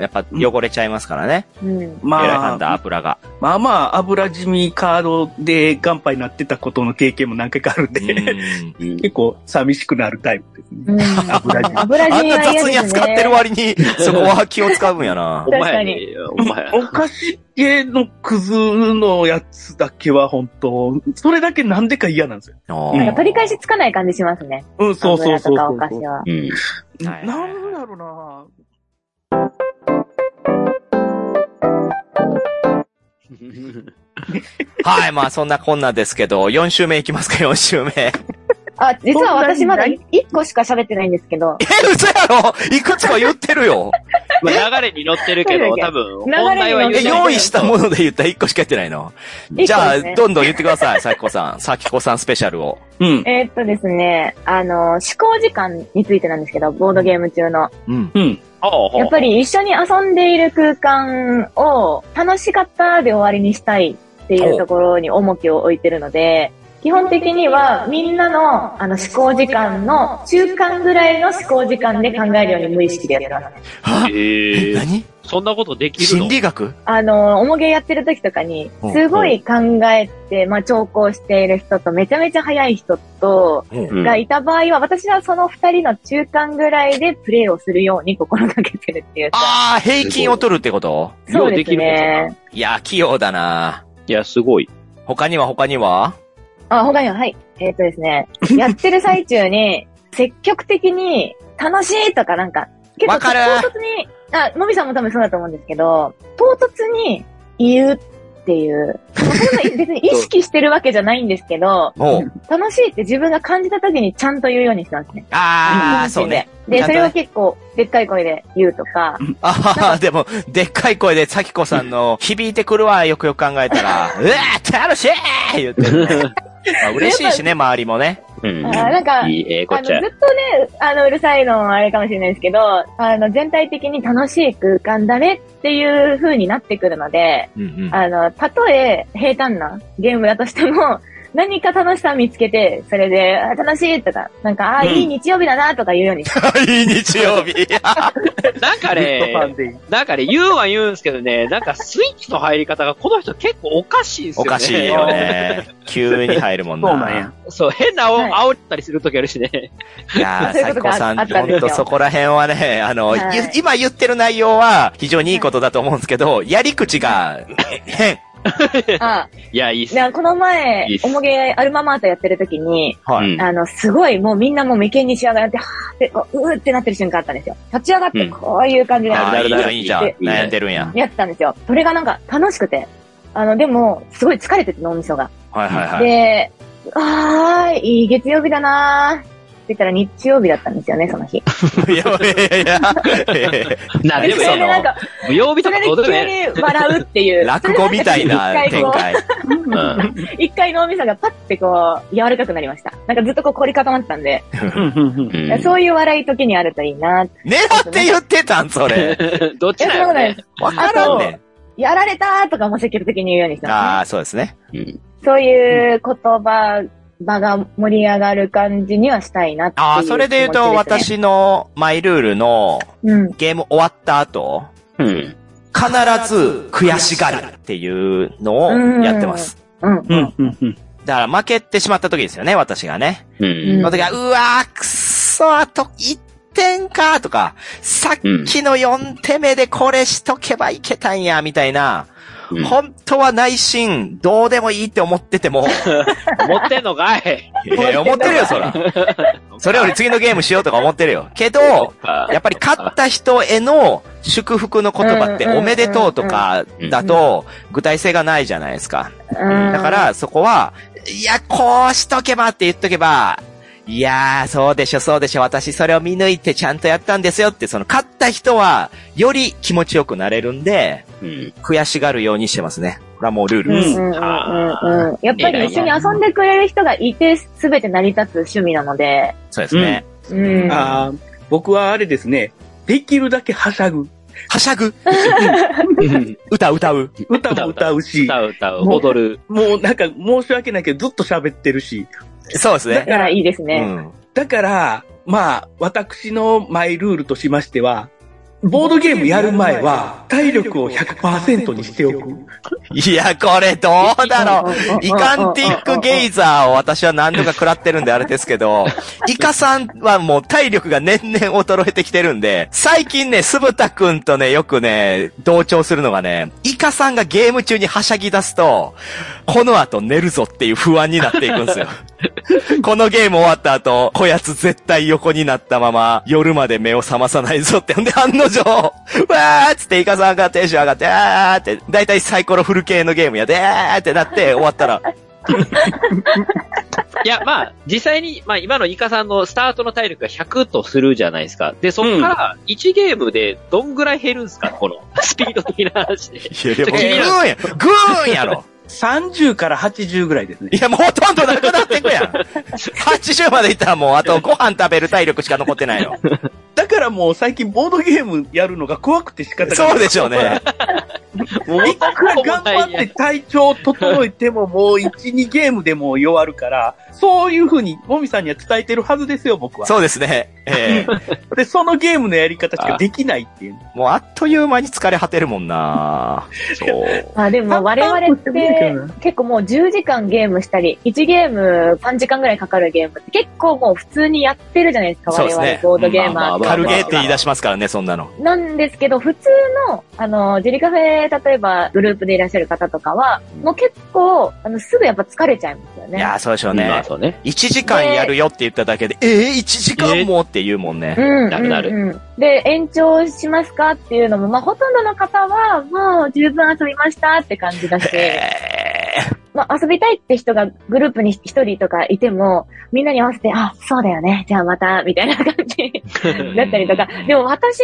[SPEAKER 1] やっぱ汚れちゃいますからね。
[SPEAKER 6] っち側 で。うん。
[SPEAKER 1] 偉い判
[SPEAKER 7] ま
[SPEAKER 1] 断、
[SPEAKER 7] あ、
[SPEAKER 1] 油が。
[SPEAKER 7] まあまあ、油染みカードで乾杯になってたことの経験も何回かあるん
[SPEAKER 1] う
[SPEAKER 7] で、
[SPEAKER 1] ん
[SPEAKER 7] 結構寂しくなるタイプですね。
[SPEAKER 6] うん
[SPEAKER 7] 油染み。
[SPEAKER 6] 油
[SPEAKER 1] あ
[SPEAKER 6] 染
[SPEAKER 1] ん
[SPEAKER 6] み
[SPEAKER 1] な
[SPEAKER 6] は嫌です
[SPEAKER 1] 雑
[SPEAKER 6] ね。
[SPEAKER 1] に扱ってる割に、そこは気を使うんやな
[SPEAKER 4] お。前ね、お前や
[SPEAKER 7] お菓子系のクズのやつだけは本当それだけなんでか嫌なんですよ。
[SPEAKER 1] お
[SPEAKER 6] なんか
[SPEAKER 1] ー
[SPEAKER 6] 取り返しつかない感じしますね。
[SPEAKER 7] うん、そうそうそう
[SPEAKER 6] 油
[SPEAKER 7] そ
[SPEAKER 6] と
[SPEAKER 7] う
[SPEAKER 6] かお菓子は。
[SPEAKER 4] うん。
[SPEAKER 1] はい
[SPEAKER 7] なんだろうな
[SPEAKER 1] はい、まあそんなこんなですけど、4週目いきますか、4週目。 え、
[SPEAKER 6] あ、実は私まだ
[SPEAKER 7] そんな
[SPEAKER 6] 1個しか喋ってないんですけ ど、
[SPEAKER 1] 嘘やろいくつか言ってるよ。
[SPEAKER 4] まあ、流れに乗ってるけど、多分、本
[SPEAKER 6] 流れに乗ってる
[SPEAKER 4] 題は
[SPEAKER 1] え、
[SPEAKER 4] 言う
[SPEAKER 1] 用意したもので言ったら1個しか言ってないの。
[SPEAKER 6] 1個
[SPEAKER 1] じゃあ、
[SPEAKER 6] ですね。
[SPEAKER 1] どんどん言ってください、さきこさん。さきこさんスペシャルを。
[SPEAKER 7] うん。
[SPEAKER 6] えーっとですね、あの、思考時間についてなんですけど、ボードゲーム中の。
[SPEAKER 1] うん。
[SPEAKER 7] うん。
[SPEAKER 4] ほうほう
[SPEAKER 6] やっぱり一緒に遊んでいる空間を楽しかったで終わりにしたいっていうところに重きを置いてるので、基本的にはみんなのあの思考時間の中間ぐらいの思考時間で考えるように無意識でやってます。
[SPEAKER 1] は
[SPEAKER 4] え
[SPEAKER 1] え、
[SPEAKER 4] ー
[SPEAKER 1] 何
[SPEAKER 4] そんなことできるの
[SPEAKER 1] 心理学
[SPEAKER 6] あの、おもげやってる時とかに
[SPEAKER 1] うん、
[SPEAKER 6] すごい考えて、まあ、調校している人と、めちゃめちゃ速い人と、
[SPEAKER 4] うん
[SPEAKER 6] がいた場合は、私はその二人の中間ぐらいでプレイをするように心がけてるっていうか。
[SPEAKER 1] ああ、平均を取るってこと
[SPEAKER 6] そう
[SPEAKER 4] ようで
[SPEAKER 6] で
[SPEAKER 4] き
[SPEAKER 6] す
[SPEAKER 4] るね
[SPEAKER 6] ね。
[SPEAKER 1] いや、器用だない
[SPEAKER 4] や、すごい。
[SPEAKER 1] 他には他には
[SPEAKER 6] あ、他には、はい。えっ、とですね、やってる最中に、積極的に、楽しいとかなんか、結
[SPEAKER 1] わ
[SPEAKER 6] 構
[SPEAKER 1] かる
[SPEAKER 6] 唐突に、あ、のびさんも多分そうだと思うんですけど、唐突に言うっていう、まあそれも別に意識してるわけじゃないんですけど、
[SPEAKER 1] おう。
[SPEAKER 6] 楽しいって自分が感じた時にちゃんと言うようにしてますね。
[SPEAKER 1] ああ、そうね。
[SPEAKER 6] で、
[SPEAKER 1] ちゃん
[SPEAKER 6] そ
[SPEAKER 1] とね
[SPEAKER 6] れを結構、でっかい声で言うとか、
[SPEAKER 1] ああ、でも、でっかい声でさきこさんの響いてくるわ、よくよく考えたら。うわー楽しい言ってるね。まあ嬉しいしね、周りもね。
[SPEAKER 4] うん
[SPEAKER 6] あーなんか
[SPEAKER 4] いい、ええこ
[SPEAKER 6] あ
[SPEAKER 4] っ
[SPEAKER 6] の、
[SPEAKER 4] ち
[SPEAKER 6] ずっ
[SPEAKER 4] ゃ
[SPEAKER 6] と。ね、あの、うるさいのはあれかもしれないですけど、あの、全体的に楽しい空間だねっていう風になってくるので、
[SPEAKER 1] うんうん。
[SPEAKER 6] あの、たとえ平坦なゲームだとしても、 何か楽しさ見つけて、それで、あ楽しいとか、なんか、ああ、
[SPEAKER 7] うん
[SPEAKER 6] いい日曜日だなとか言うようにして、
[SPEAKER 1] いい日曜日。
[SPEAKER 4] なんか ね、なんかね、言うは言うんですけどね、なんかスイッチの入り方がこの人結構おかしいんですよ
[SPEAKER 1] お
[SPEAKER 4] ね。
[SPEAKER 1] かしいよ。ね。急に入るもんな。
[SPEAKER 7] そうなんや。
[SPEAKER 4] そう、変なお
[SPEAKER 6] はい
[SPEAKER 4] 煽ったりするときあるしね。
[SPEAKER 1] いやー、
[SPEAKER 6] そうい
[SPEAKER 1] さ
[SPEAKER 6] う
[SPEAKER 1] き
[SPEAKER 6] こ
[SPEAKER 1] ことさん、
[SPEAKER 6] があった
[SPEAKER 1] ほ
[SPEAKER 6] んです
[SPEAKER 1] ん
[SPEAKER 6] よ
[SPEAKER 1] とそこら辺はね、あの、
[SPEAKER 6] はい
[SPEAKER 1] ゆ今言ってる内容は非常にいいことだと思うんですけど、やり口が変。
[SPEAKER 6] あ
[SPEAKER 4] いや、いいっ
[SPEAKER 6] あ、
[SPEAKER 4] す
[SPEAKER 6] で。この前
[SPEAKER 4] いいっ、す
[SPEAKER 6] おもげアルママートやってる時に、
[SPEAKER 1] はい。
[SPEAKER 4] うん
[SPEAKER 6] あの、すごい、もうみんなもう眉間に仕上がって、はーって、こううーってなってる瞬間あったんですよ。立ち上がっ
[SPEAKER 4] う
[SPEAKER 6] て、
[SPEAKER 4] ん
[SPEAKER 6] こういう感じで、
[SPEAKER 1] あ
[SPEAKER 4] な
[SPEAKER 1] ー
[SPEAKER 4] る
[SPEAKER 1] いい
[SPEAKER 4] なる
[SPEAKER 1] じゃん、いいじゃん。
[SPEAKER 6] で
[SPEAKER 1] 悩んでるんや。
[SPEAKER 6] やってたんですよ。それがなんか楽しくて。あの、でも、すごい疲れてて、脳みそが。
[SPEAKER 1] はいはいはい。
[SPEAKER 6] で、あー、いい月曜日だなーって言ったら日曜日だったんですよね、その日。
[SPEAKER 1] いやいやいやいや。
[SPEAKER 4] なんでも
[SPEAKER 6] そ
[SPEAKER 4] そ
[SPEAKER 6] れでなん
[SPEAKER 4] の、
[SPEAKER 6] か、
[SPEAKER 4] 無曜日
[SPEAKER 6] そ
[SPEAKER 4] とか
[SPEAKER 6] れで
[SPEAKER 4] どうでもえ
[SPEAKER 6] 急に笑うっていう。
[SPEAKER 1] 落語みたいな
[SPEAKER 6] 一回
[SPEAKER 1] 展
[SPEAKER 6] こう
[SPEAKER 1] 開。
[SPEAKER 4] えねん。
[SPEAKER 6] 一回脳みそがパッてこう、柔らかくなりました。なんかずっとこう凝り固まってたんで、
[SPEAKER 7] うん。
[SPEAKER 4] うんうん
[SPEAKER 6] そういう笑い時にあるといいなって
[SPEAKER 1] 狙って言ってたん、それ。
[SPEAKER 4] どっち
[SPEAKER 6] いや、
[SPEAKER 4] だ
[SPEAKER 6] そ
[SPEAKER 4] よ、
[SPEAKER 6] んなことない
[SPEAKER 4] ね
[SPEAKER 6] で。す。
[SPEAKER 1] わからんね。
[SPEAKER 6] やられたーとかも積極的に言うようにしてますね
[SPEAKER 1] ああ、そうですね。
[SPEAKER 4] うん
[SPEAKER 6] そういう言葉、場が盛り上がる感じにはしたいなっていう
[SPEAKER 1] ああ、それで言うと、
[SPEAKER 6] 気持ちですね。
[SPEAKER 1] 私のマイルールの
[SPEAKER 6] うん。
[SPEAKER 1] ゲーム終わった後、
[SPEAKER 4] うん。
[SPEAKER 1] 必ず悔しがるっていうのをやってます。
[SPEAKER 6] うん。
[SPEAKER 7] うん。うん。
[SPEAKER 1] だから負けてしまった時ですよね、私がね。
[SPEAKER 4] うん。
[SPEAKER 1] その時は、うわー、くっそー、あと1点かーとか、さっきの4手目でこれしとけばいけたんや、みたいな。
[SPEAKER 4] うん
[SPEAKER 1] 本当は内心、どうでもいいって思ってても、
[SPEAKER 4] 持ってんのかい。
[SPEAKER 1] いや思ってるよ、そら。 それより次のゲームしようとか思ってるよ。けど、やっぱり勝った人への祝福の言葉って、
[SPEAKER 6] うんうんうん
[SPEAKER 1] おめでとうとかだと、具体性がないじゃないですか。
[SPEAKER 6] うん
[SPEAKER 1] だか、ら、そこは、いや、こうしとけばって言っとけば、いやー、そうでしょ、そうでしょ、私それを見抜いてちゃんとやったんですよって、その、勝った人は、より気持ちよくなれるんで、
[SPEAKER 4] うん。
[SPEAKER 1] 悔しがるようにしてますね。これはもうルール
[SPEAKER 6] うん
[SPEAKER 1] で
[SPEAKER 6] う
[SPEAKER 1] す。
[SPEAKER 6] んうんうん。やっぱり一緒に遊んでくれる人がいて、すべて成り立つ趣味なので。
[SPEAKER 1] そうですね。
[SPEAKER 6] うん。
[SPEAKER 7] あー僕はあれですね、できるだけはしゃぐ。
[SPEAKER 1] はしゃぐ
[SPEAKER 4] うん
[SPEAKER 1] 歌歌う
[SPEAKER 7] 歌も歌うし、
[SPEAKER 4] 歌う歌う、
[SPEAKER 7] もう
[SPEAKER 4] 踊る。
[SPEAKER 7] もうなんか申し訳ないけどずっと喋ってるし、
[SPEAKER 1] そうですね。
[SPEAKER 6] だからいいです
[SPEAKER 1] う
[SPEAKER 6] ね。
[SPEAKER 1] ん。
[SPEAKER 7] だから、まあ、私のマイルールとしましては、ボードゲームやる前は、体力を100%にしておく。
[SPEAKER 1] いや、これどうだろう。 イカンティックゲイザーを私は何度か食らってるんであれですけど、イカさんはもう体力が年々衰えてきてるんで、最近ね、酢豚くんとね、よくね、同調するのがね、イカさんがゲーム中にはしゃぎ出すと、この後寝るぞっていう不安になっていくんですよ。このゲーム終わった後、こやつ絶対横になったまま、夜まで目を覚まさないぞって。ほんで、案の定、わーっつってイカさんがテンション上がって、あーって、だいたいサイコロフル系のゲームやで、あーってなって終わったら、
[SPEAKER 4] いや、まあ、実際に、まあ今のイカさんのスタートの体力が100とするじゃないですか。で、そこから1ゲームでどんぐらい減るんですかこの、 スピード的な話で。
[SPEAKER 1] いや、でも、グ
[SPEAKER 4] ちょっと気になる
[SPEAKER 1] ーンや、グーンやろ。
[SPEAKER 7] 30から80ぐらいですね。
[SPEAKER 1] いや、もうほとんどなくなっていくやん。80までいったらもう、あとご飯食べる体力しか残ってないの。
[SPEAKER 7] だからもう最近ボードゲームやるのが怖くて仕方がない。
[SPEAKER 1] そうでしょうね。
[SPEAKER 4] もう
[SPEAKER 7] いくら頑張って体調を整えてももう1、2ゲームでもう弱るから、そういうふうにもみさんには伝えてるはずですよ、僕は。
[SPEAKER 1] そうですね。ええ
[SPEAKER 7] で、そのゲームのやり方しかできないっていう。
[SPEAKER 1] もうあっという間に疲れ果てるもんなそう。
[SPEAKER 6] まあでも我々って結構もう10時間ゲームしたり、1ゲーム3時間ぐらいかかるゲームって結構もう普通にやってるじゃないですか、
[SPEAKER 1] そうで
[SPEAKER 6] 我
[SPEAKER 1] すね
[SPEAKER 6] 々ボードゲーマー
[SPEAKER 4] まあまあまあまあ
[SPEAKER 1] 軽ゲーって言い
[SPEAKER 6] だ
[SPEAKER 1] 出しますからね、そんなの。
[SPEAKER 6] なんですけど、普通の、あの、ジェリカフェ、例えばグループでいらっしゃる方とかは、もう結構、あの、すぐやっぱ疲れちゃいますよ
[SPEAKER 1] い
[SPEAKER 6] ね。
[SPEAKER 1] やー、そうでしょう
[SPEAKER 4] ま
[SPEAKER 1] ね
[SPEAKER 4] あ。そうね。
[SPEAKER 1] 1時間やるよって言っただけで、ええー、1時間もって言うもんね。
[SPEAKER 6] うん
[SPEAKER 4] なるなる
[SPEAKER 6] うんうんで、延長しますかっていうのも、まあ、ほとんどの方は、もう十分遊びましたって感じ だし、
[SPEAKER 1] えー
[SPEAKER 6] まあ、遊びたいって人がグループに一人とかいても、みんなに合わせて、あ、そうだよね、じゃあまた、みたいな感 じだったりとか、でも私、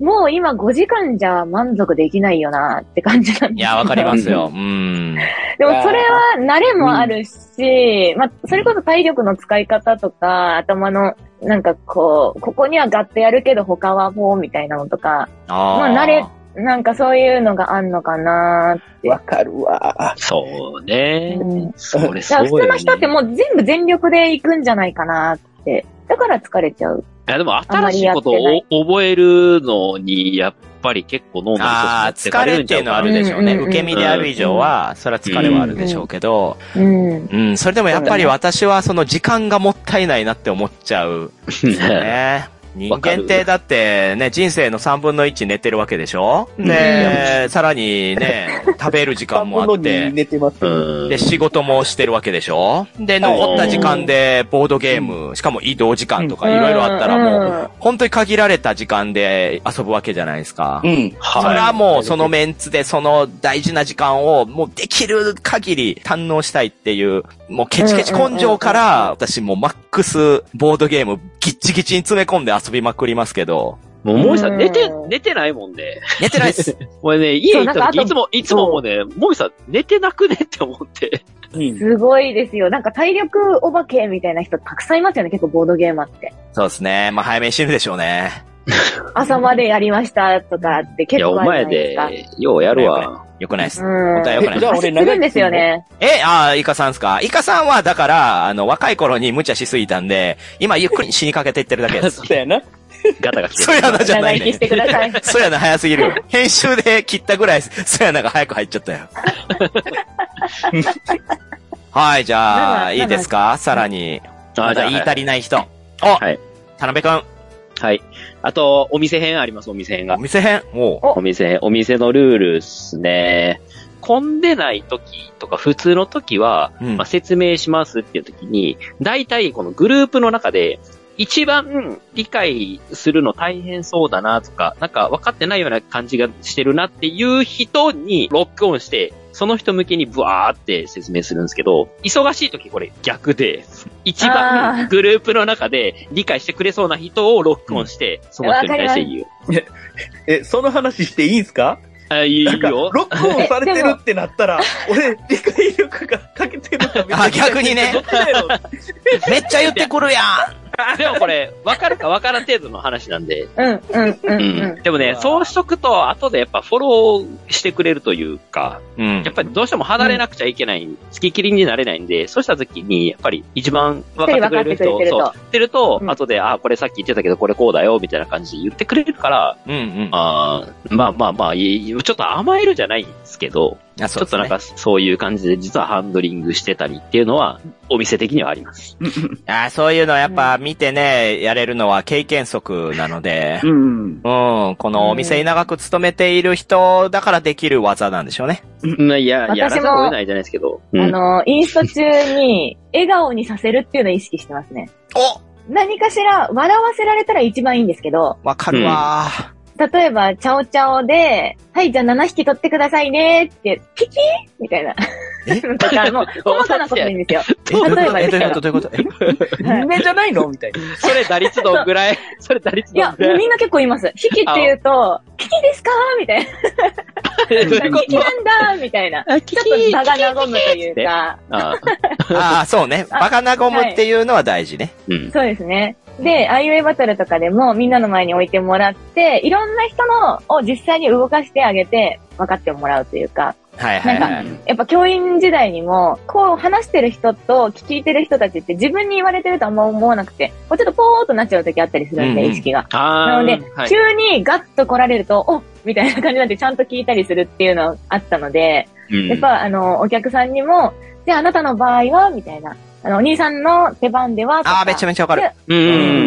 [SPEAKER 6] もう今5時間じゃ満足できないよなって感じなん
[SPEAKER 1] い
[SPEAKER 6] で
[SPEAKER 1] やー、わかりますよ。うん。
[SPEAKER 6] でもそれは慣れもあるし、まあ、それこそ体力の使い方とか、頭の、なんかこう、ここにはガッとやるけど他はもうみたいなのとか、
[SPEAKER 1] あ
[SPEAKER 6] まあ慣れなんかそういうのがあんのかな
[SPEAKER 3] わかるわ。
[SPEAKER 4] そうね。
[SPEAKER 6] うん
[SPEAKER 4] それ
[SPEAKER 6] だか
[SPEAKER 4] そう
[SPEAKER 6] ら
[SPEAKER 4] よ、ね。
[SPEAKER 6] 普通の人ってもう全部全力で行くんじゃないかなって。だから疲れちゃう。
[SPEAKER 4] いや、でも新しいことを覚えるのに、やっぱり結構脳内
[SPEAKER 1] ああ、
[SPEAKER 4] 一つ持ってか
[SPEAKER 1] 疲
[SPEAKER 4] れる
[SPEAKER 1] れっ
[SPEAKER 4] んち
[SPEAKER 1] て
[SPEAKER 4] ゃ
[SPEAKER 1] いう
[SPEAKER 4] う
[SPEAKER 1] のは
[SPEAKER 4] か
[SPEAKER 1] あ
[SPEAKER 4] な
[SPEAKER 1] るでしょうね。
[SPEAKER 6] うん
[SPEAKER 1] 受け身である以上は、それは疲れはあるでしょうけど、
[SPEAKER 6] うん。
[SPEAKER 1] うん、それでもやっぱり私はその時間がもったいないなって思っちゃう。ね。人
[SPEAKER 4] わか
[SPEAKER 1] 間
[SPEAKER 4] る
[SPEAKER 1] ってだってね、人生の3分の1寝てるわけでしょで、さらにね、食べる時間もあっ
[SPEAKER 7] に
[SPEAKER 1] て、
[SPEAKER 7] 寝てます。
[SPEAKER 4] うん。
[SPEAKER 1] で、仕事もしてるわけでしょで、
[SPEAKER 7] はい
[SPEAKER 1] 残った時間でボードゲーム、しかも移動時間とかいろいろあったらもう、
[SPEAKER 6] う
[SPEAKER 1] 本当に限られた時間で遊ぶわけじゃないですか。
[SPEAKER 7] うん。
[SPEAKER 1] それはもうそのメンツでその大事な時間をもうできる限り堪能したいっていう、もうケチケチ根性から私もうマックスボードゲームギッチギチに詰め込んで遊びまくりますけど、
[SPEAKER 4] もう、もみさ、
[SPEAKER 6] うんん
[SPEAKER 4] 寝て、寝てないもんね。
[SPEAKER 1] 寝てないっす。
[SPEAKER 4] 俺ね、家
[SPEAKER 6] そ
[SPEAKER 4] 行
[SPEAKER 6] う
[SPEAKER 4] っ
[SPEAKER 6] なん
[SPEAKER 4] た
[SPEAKER 6] かあ
[SPEAKER 4] 時、
[SPEAKER 6] と
[SPEAKER 4] いつも、いつももうね、もみさん、寝てなくねって思って。
[SPEAKER 7] うん
[SPEAKER 6] ん。すごいですよ。なんか体力お化けみたいな人たくさんいますよね。結構ボードゲーマーって。
[SPEAKER 1] そうですね。まあ早めに死ぬでしょうね。
[SPEAKER 6] 朝までやりましたとかって
[SPEAKER 4] い
[SPEAKER 6] 結
[SPEAKER 4] や、お
[SPEAKER 6] 構ある
[SPEAKER 4] 前
[SPEAKER 6] じゃないですか。
[SPEAKER 4] で、ようやる わ。
[SPEAKER 1] よくないっす。
[SPEAKER 6] うん。
[SPEAKER 1] 答えよくない
[SPEAKER 7] じゃあ
[SPEAKER 1] です。
[SPEAKER 7] 俺
[SPEAKER 6] 走ってるんですよね。
[SPEAKER 1] え、ああ、イカさんっすかイカさんはだから、あの、若い頃に無茶しすぎたんで、今ゆっくり死にかけていってるだ けです
[SPEAKER 7] そう。だよな。
[SPEAKER 4] ガタガタして
[SPEAKER 1] そうやなじゃな
[SPEAKER 6] 長
[SPEAKER 1] い
[SPEAKER 6] 生き
[SPEAKER 1] ね
[SPEAKER 6] し。てください。
[SPEAKER 1] そうやな早すぎるよ。編集で切ったぐらいです、そうやなが早く入っちゃったよ。はい、じゃあ、
[SPEAKER 6] 7
[SPEAKER 1] いいですかさらに。
[SPEAKER 4] あ
[SPEAKER 1] ま
[SPEAKER 4] じゃ
[SPEAKER 1] だ
[SPEAKER 4] あ
[SPEAKER 1] 言い足りない人。
[SPEAKER 4] はい。
[SPEAKER 1] 田辺くん、
[SPEAKER 4] はい。あと、お店編あります、お店編が
[SPEAKER 1] お。店編。おう
[SPEAKER 4] お店、お店のルールっすね。混んでない時とか普通の時は、
[SPEAKER 1] うん
[SPEAKER 4] まあ、説明しますっていう時に、大体このグループの中で、一番理解するの大変そうだなとか、なんか分かってないような感じがしてるなっていう人にロックオンして、その人向けにブワーって説明するんですけど、忙しい時これ逆で、一
[SPEAKER 6] あ
[SPEAKER 4] 番
[SPEAKER 6] ー
[SPEAKER 4] グループの中で理解してくれそうな人をロックオンして、その人に対して言う。
[SPEAKER 7] え、その話していいんすか
[SPEAKER 4] あ、いい
[SPEAKER 7] なんか、
[SPEAKER 4] よ。
[SPEAKER 7] ロックオンされてるってなったら、俺、理解力が欠けてるため
[SPEAKER 1] あ逆にね
[SPEAKER 7] どっちだよ
[SPEAKER 1] めっちゃ言ってくるや
[SPEAKER 4] でもこれ、わかるかわからん程度の話なんで。
[SPEAKER 6] うん、うん、うん、うん。
[SPEAKER 4] でもね、そうしとくと、後でやっぱフォローしてくれるというか、
[SPEAKER 1] ん。うん
[SPEAKER 4] やっぱりどうしても離れなくちゃいけない、付きっきりになれないんで、そうした時に、やっぱり一番分かってくれる人
[SPEAKER 6] 一人分かってくれてる
[SPEAKER 4] そ
[SPEAKER 6] と
[SPEAKER 4] う、知ってると、
[SPEAKER 6] うん
[SPEAKER 4] 後で、あ、これさっき言ってたけど、これこうだよ、みたいな感じで言ってくれるから、
[SPEAKER 1] うんうん。
[SPEAKER 4] あーまあまあまあ、いいちょっと甘えるじゃないんですけど、
[SPEAKER 1] いや
[SPEAKER 4] ちょっとなん。かそういう感じで、実はハンドリングしてたりっていうのは、お店的にはあります。
[SPEAKER 1] あーそういうのやっぱ見てね、やれるのは経験則なので、
[SPEAKER 7] うん。
[SPEAKER 1] うん、このお店に長く勤めている人だからできる技なんでしょうね。
[SPEAKER 4] まあいや、やらざ
[SPEAKER 6] 私も
[SPEAKER 4] るを得ないじゃないですけど。うん
[SPEAKER 6] あの、インスト中に、笑顔にさせるっていうのを意識してますね。
[SPEAKER 1] お
[SPEAKER 6] 何かしら、笑わせられたら一番いいんですけど、
[SPEAKER 1] わかるわー。
[SPEAKER 6] 例えば、チャオチャオで、はい、じゃあ7匹取ってくださいねって、ピキみ たいな。とか、もう、細かなことでいいんですよ。
[SPEAKER 1] え
[SPEAKER 6] 例えば
[SPEAKER 1] え
[SPEAKER 6] です
[SPEAKER 1] どういう
[SPEAKER 6] け
[SPEAKER 1] ことど
[SPEAKER 6] ど。
[SPEAKER 1] ういうことえ
[SPEAKER 6] はい
[SPEAKER 7] 人間じゃないのみたいな。
[SPEAKER 4] それ打率どんぐらいそれ打率
[SPEAKER 6] い
[SPEAKER 4] どん
[SPEAKER 6] や、
[SPEAKER 4] ぐらい
[SPEAKER 6] みんな結構います。引きって言うと、キキですかみたいな。
[SPEAKER 4] どういうこ
[SPEAKER 6] キキなんだみたいな。
[SPEAKER 4] と
[SPEAKER 6] ちょっと場が和むというか、
[SPEAKER 4] あ ー
[SPEAKER 1] ああ、そうね。バカなゴムっていうのは大事ね。
[SPEAKER 4] うん。
[SPEAKER 6] そうですね。で、あいうえバトルとかでもみんなの前に置いてもらって、いろんな人のを実際に動かしてあげて、分かってもらうというか、
[SPEAKER 1] はいはいはい。
[SPEAKER 6] やっぱ教員時代にも、こう話してる人と聞いてる人たちって自分に言われてるとあんま思わなくて、こうちょっとポーっとなっちゃう時あったりするんで、
[SPEAKER 1] うんうん
[SPEAKER 6] 意識が。
[SPEAKER 4] あ
[SPEAKER 6] な
[SPEAKER 4] ー
[SPEAKER 6] ので、
[SPEAKER 4] はい
[SPEAKER 6] 急にガッと来られると、おみたいな感じになってちゃんと聞いたりするっていうのあったので、
[SPEAKER 4] うん
[SPEAKER 6] やっぱ、あの、お客さんにも、じゃああなたの場合は、みたいな。あの、お兄さんの手番では、とか
[SPEAKER 1] ああ、めちゃめちゃわかる。
[SPEAKER 4] う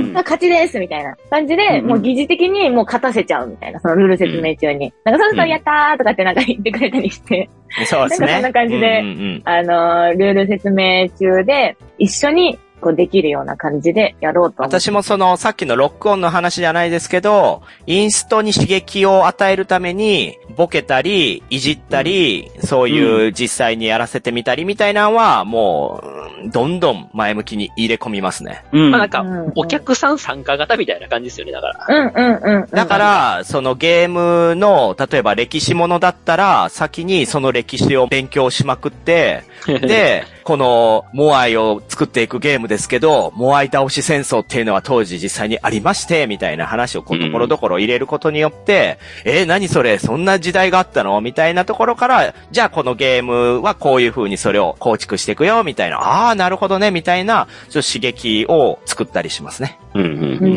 [SPEAKER 4] ん。
[SPEAKER 6] 勝ちです、みたいな感じで、
[SPEAKER 7] うん
[SPEAKER 6] もう疑似的にもう勝たせちゃうみたいな、そのルール説明中に。なんか、そろそろやったーとかってなんか言ってくれたりして、
[SPEAKER 1] そうですね。
[SPEAKER 6] なんかそんな感じで
[SPEAKER 1] うんうん
[SPEAKER 6] あのールール説明中で、一緒に、こう、できるような感じでやろうと思って。
[SPEAKER 1] 私もその、さっきのロックオンの話じゃないですけど、インストに刺激を与えるために、ボケたり、いじったり、そういう実際にやらせてみたりみたいなのは、もう、うんどんどん前向きに入れ込みますね。
[SPEAKER 7] うん
[SPEAKER 4] まあなんか
[SPEAKER 6] うん、
[SPEAKER 4] お客さん参加型みたいな感じですよね、だから。
[SPEAKER 6] うんうんうんうん。
[SPEAKER 1] だから、そのゲームの、例えば歴史ものだったら、先にその歴史を勉強しまく って、で、この、モアイを作っていくゲームですけど、モアイ倒し戦争っていうのは当時実際にありまして、みたいな話をこう
[SPEAKER 4] うん
[SPEAKER 1] ところどころ入れることによって、えー何それそんな時代があったのみたいなところから、じゃあこのゲームはこういう風にそれを構築していくよ、みたいな、ああー、なるほどね、みたいな、ちょっと刺激を作ったりしますね。
[SPEAKER 4] うん
[SPEAKER 6] う
[SPEAKER 4] うんん。
[SPEAKER 6] うんうんう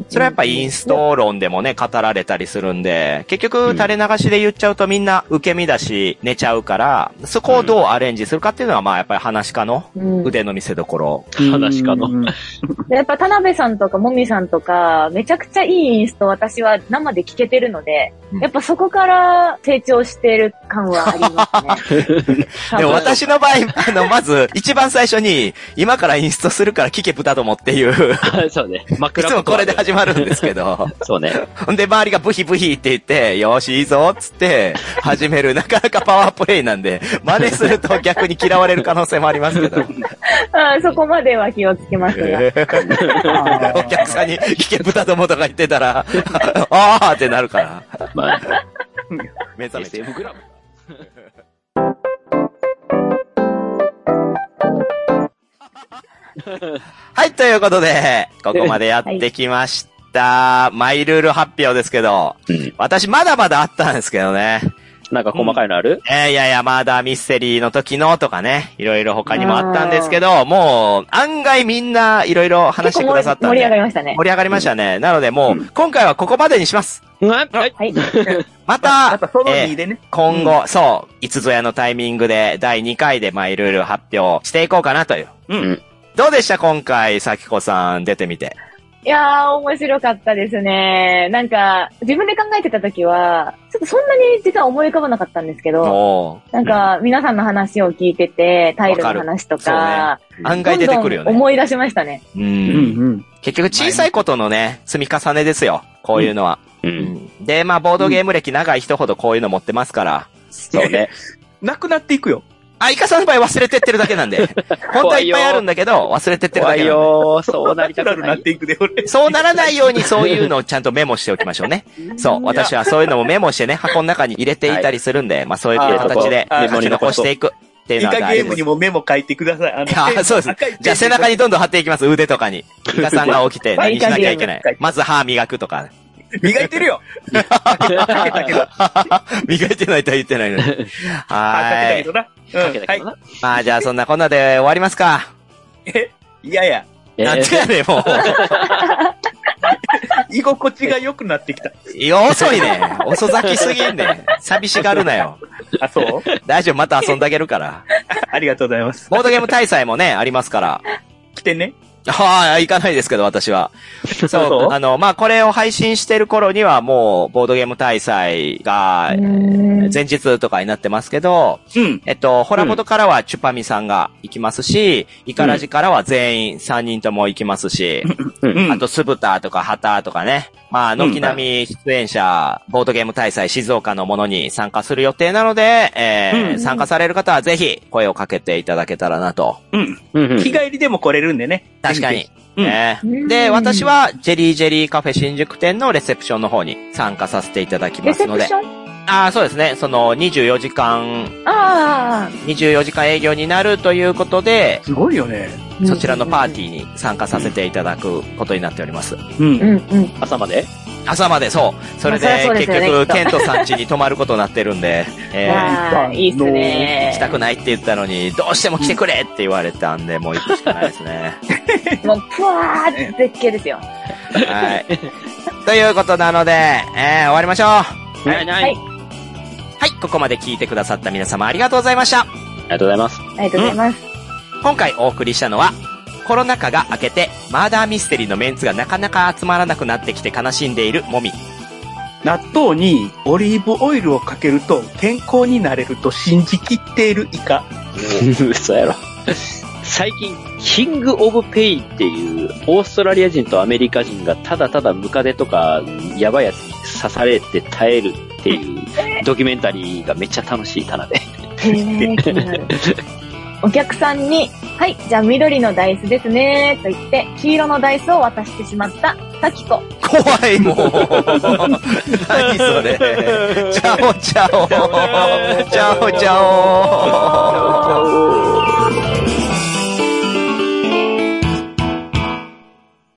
[SPEAKER 6] ん。
[SPEAKER 1] それはやっぱインスト論でもね、語られたりするんで、結局垂れ流しで言っちゃうとみんな受け身だし、寝ちゃうから、そこをどうアレンジするかっていうのは、まあやっぱり話し家の
[SPEAKER 6] うん
[SPEAKER 1] 腕の見せ所。
[SPEAKER 4] 話かの。
[SPEAKER 6] やっぱ田辺さんとかもみさんとか、めちゃくちゃいいインスト私は生で聞けてるので、
[SPEAKER 1] うん
[SPEAKER 6] やっぱそこから成長してる感はあります
[SPEAKER 1] 。
[SPEAKER 6] ね
[SPEAKER 1] でも私の場合、あの、まず、一番最初に、今からインストするから聞け豚どもっていう、
[SPEAKER 4] そうね。
[SPEAKER 1] い
[SPEAKER 4] 枕
[SPEAKER 1] つもこれで始まるんですけど、
[SPEAKER 4] そうね。
[SPEAKER 1] ほんで周りがブヒブヒって言って、よーし、いいぞ、っつって、始める、なかなかパワープレイなんで、真似すると逆に嫌われる可能性もありますけど。
[SPEAKER 6] うんそこまでは気をつけますが。
[SPEAKER 1] お客さんに、聞け豚どもとか言ってたら、 あーってなるから、
[SPEAKER 4] まあ、
[SPEAKER 1] 目覚めて。
[SPEAKER 4] グラム。
[SPEAKER 1] はい、ということで、ここまでやってきました。マイルール発表ですけど、
[SPEAKER 4] うん
[SPEAKER 1] 私まだまだあったんですけどね。
[SPEAKER 4] なんか細かいのある
[SPEAKER 1] えー、いやいや、まだミステリーの時のとかね、いろいろ他にもあったんですけど、もう、案外みんないろいろ話してくださったん
[SPEAKER 6] 盛
[SPEAKER 1] で。
[SPEAKER 6] り上がりましたね。
[SPEAKER 1] 盛り上がりましたね。なのでもう、今回はここまでにします。
[SPEAKER 4] はい。
[SPEAKER 6] はい。
[SPEAKER 1] また、
[SPEAKER 7] またその
[SPEAKER 1] えー
[SPEAKER 7] 2でね。
[SPEAKER 1] 今後、そう、いつぞやのタイミングで第2回でマイルール発表していこうかなという。
[SPEAKER 4] うん
[SPEAKER 1] どうでした今回、さきこさん出てみて。
[SPEAKER 6] いやー、面白かったですね。なんか、自分で考えてた時は、ちょっとそんなに実は思い浮かばなかったんですけど、
[SPEAKER 1] おー
[SPEAKER 6] なんか、皆さんの話を聞いてて、タイルの話と
[SPEAKER 1] わ
[SPEAKER 6] か、
[SPEAKER 1] 案外出てくるよ
[SPEAKER 6] どんどん
[SPEAKER 1] ね。
[SPEAKER 6] 思い出しましたね。
[SPEAKER 1] う。
[SPEAKER 7] うんん
[SPEAKER 1] 結局小さいことのね、積み重ねですよ。こういうのは。
[SPEAKER 4] う。
[SPEAKER 1] うんんで、まあ、ボードゲーム歴長い人ほどこういうの持ってますから。
[SPEAKER 4] そうね。
[SPEAKER 7] なくなっていくよ。
[SPEAKER 1] あ、イカさんの場合忘れてってるだけなんで。本当はいっぱいあるんだけど、忘れてってるだ
[SPEAKER 4] 怖
[SPEAKER 1] け
[SPEAKER 4] い
[SPEAKER 1] なん
[SPEAKER 4] よーそうなりた
[SPEAKER 7] ナ
[SPEAKER 4] く
[SPEAKER 7] ルな
[SPEAKER 4] な
[SPEAKER 7] っ
[SPEAKER 4] い。
[SPEAKER 7] ていくで、俺
[SPEAKER 1] で。。そうならないようにそういうのをちゃんとメモしておきましょう ね。そう。私はそういうのをメモしてね、箱の中に入れていたりするんで、まあそういう形で
[SPEAKER 7] あー
[SPEAKER 1] 書き残していくっていう
[SPEAKER 7] イ
[SPEAKER 1] のは
[SPEAKER 7] カ
[SPEAKER 1] 大
[SPEAKER 7] ゲ
[SPEAKER 1] 事
[SPEAKER 7] ー
[SPEAKER 1] で
[SPEAKER 7] ム
[SPEAKER 1] す
[SPEAKER 7] に。もメモ書いてください。あ
[SPEAKER 1] あそうです
[SPEAKER 7] 赤いペン
[SPEAKER 1] じゃあ背中にどんどん貼っていきます。腕とかに。イカさんが起き て何しなきゃいけない。まず歯磨くとか。
[SPEAKER 7] 磨いて るよ。かけたけど。か
[SPEAKER 1] 磨いてないとは言ってない のに。
[SPEAKER 7] け
[SPEAKER 1] は
[SPEAKER 7] た
[SPEAKER 1] ー
[SPEAKER 7] け
[SPEAKER 1] い。
[SPEAKER 7] ど な。
[SPEAKER 4] かけ
[SPEAKER 7] うん。
[SPEAKER 4] たけ
[SPEAKER 7] はい
[SPEAKER 4] ど。な。
[SPEAKER 1] まあじゃあそんなこんなで終わりますか。
[SPEAKER 7] いやいや、
[SPEAKER 4] えー
[SPEAKER 1] なんてやねん、も
[SPEAKER 7] 居心地が良くなってきた。
[SPEAKER 1] う。いや、遅いね。遅咲きすぎんね。寂しがるなよ。
[SPEAKER 7] あ、そう
[SPEAKER 1] 大丈夫、また遊んであげるから。
[SPEAKER 7] ありがとうございます。
[SPEAKER 1] ボードゲーム大祭もね、ありますから。
[SPEAKER 7] 来てね。
[SPEAKER 1] ああ、行かないですけど、私は。そ
[SPEAKER 7] そう
[SPEAKER 1] う、あの、まあ、これを配信してる頃には、もう、ボードゲーム大祭が、前日とかになってますけど、
[SPEAKER 7] うん。
[SPEAKER 1] えっと、ホラボトからはチュパミさんが行きますし、イカラジからは全員3人とも行きますし、
[SPEAKER 7] うん。
[SPEAKER 1] あと、スブターとかハターとかね。まあ、軒並み出演者、ボードゲーム大祭静岡のものに参加する予定なので、えー
[SPEAKER 7] うん
[SPEAKER 1] 参加される方はぜひ声をかけていただけたらなと。
[SPEAKER 7] うん。
[SPEAKER 4] うんうん
[SPEAKER 7] 日帰りでも来れるんでね。
[SPEAKER 1] 確かに。
[SPEAKER 7] うん
[SPEAKER 1] ね
[SPEAKER 6] うん
[SPEAKER 1] で、私は、ジェリージェリーカフェ新宿店のレセプションの方に参加させていただき
[SPEAKER 6] レ
[SPEAKER 1] ます
[SPEAKER 6] セ
[SPEAKER 1] の
[SPEAKER 6] プ
[SPEAKER 1] で
[SPEAKER 6] シ。ョン
[SPEAKER 1] ああ、そうですね。その、24時間、
[SPEAKER 6] あ
[SPEAKER 1] 24時間営業になるということで、
[SPEAKER 7] すごいよね。
[SPEAKER 6] あ。
[SPEAKER 1] そちらのパー
[SPEAKER 6] ィ
[SPEAKER 1] ティーに参加させていただくことになっております。
[SPEAKER 7] う。
[SPEAKER 6] ー。うんんうん。
[SPEAKER 4] 朝まで
[SPEAKER 1] 朝までそう。それ
[SPEAKER 6] まあ
[SPEAKER 1] で
[SPEAKER 6] そりゃそうで
[SPEAKER 1] 結
[SPEAKER 6] すよね
[SPEAKER 1] 局、
[SPEAKER 6] きっと
[SPEAKER 1] ケントさん家に泊まることになってるんで、えー
[SPEAKER 6] ああ、いいっす
[SPEAKER 1] 行きた
[SPEAKER 6] ね。
[SPEAKER 1] くないって言ったのに、どうしても来てくれって言われたんで、もう行くしかないですね。
[SPEAKER 6] もう、ぷわーって絶景ですよ。
[SPEAKER 1] はい。ということなので、えー、終わりましょう。
[SPEAKER 4] ないない。
[SPEAKER 6] は
[SPEAKER 4] あ
[SPEAKER 6] い
[SPEAKER 4] り
[SPEAKER 1] はい、ここまで聞いてくださった皆様ありがとうございました。
[SPEAKER 4] がとうございます。
[SPEAKER 6] ありがとうございます。
[SPEAKER 1] 今回お送りしたのは、コロナ禍が明けて、マーダーミステリーのメンツがなかなか集まらなくなってきて悲しんでいるもみ。
[SPEAKER 7] 納豆にオリーブオイルをかけると健康になれると信じきっているイカ。
[SPEAKER 4] 嘘やろ。最近、キング・オブ・ペイっていう、オーストラリア人とアメリカ人がただただムカデとか、やばいやつに刺されて耐えるっていうドキュメンタリーがめっちゃ楽しい棚で。
[SPEAKER 6] へー気になるお客さんに、はい、じゃあ緑のダイスですね、と言って、黄色のダイスを渡してしまった、さきこ。
[SPEAKER 1] 怖い、もう。 何そ れ。チャオチャオ。チャオチャオ。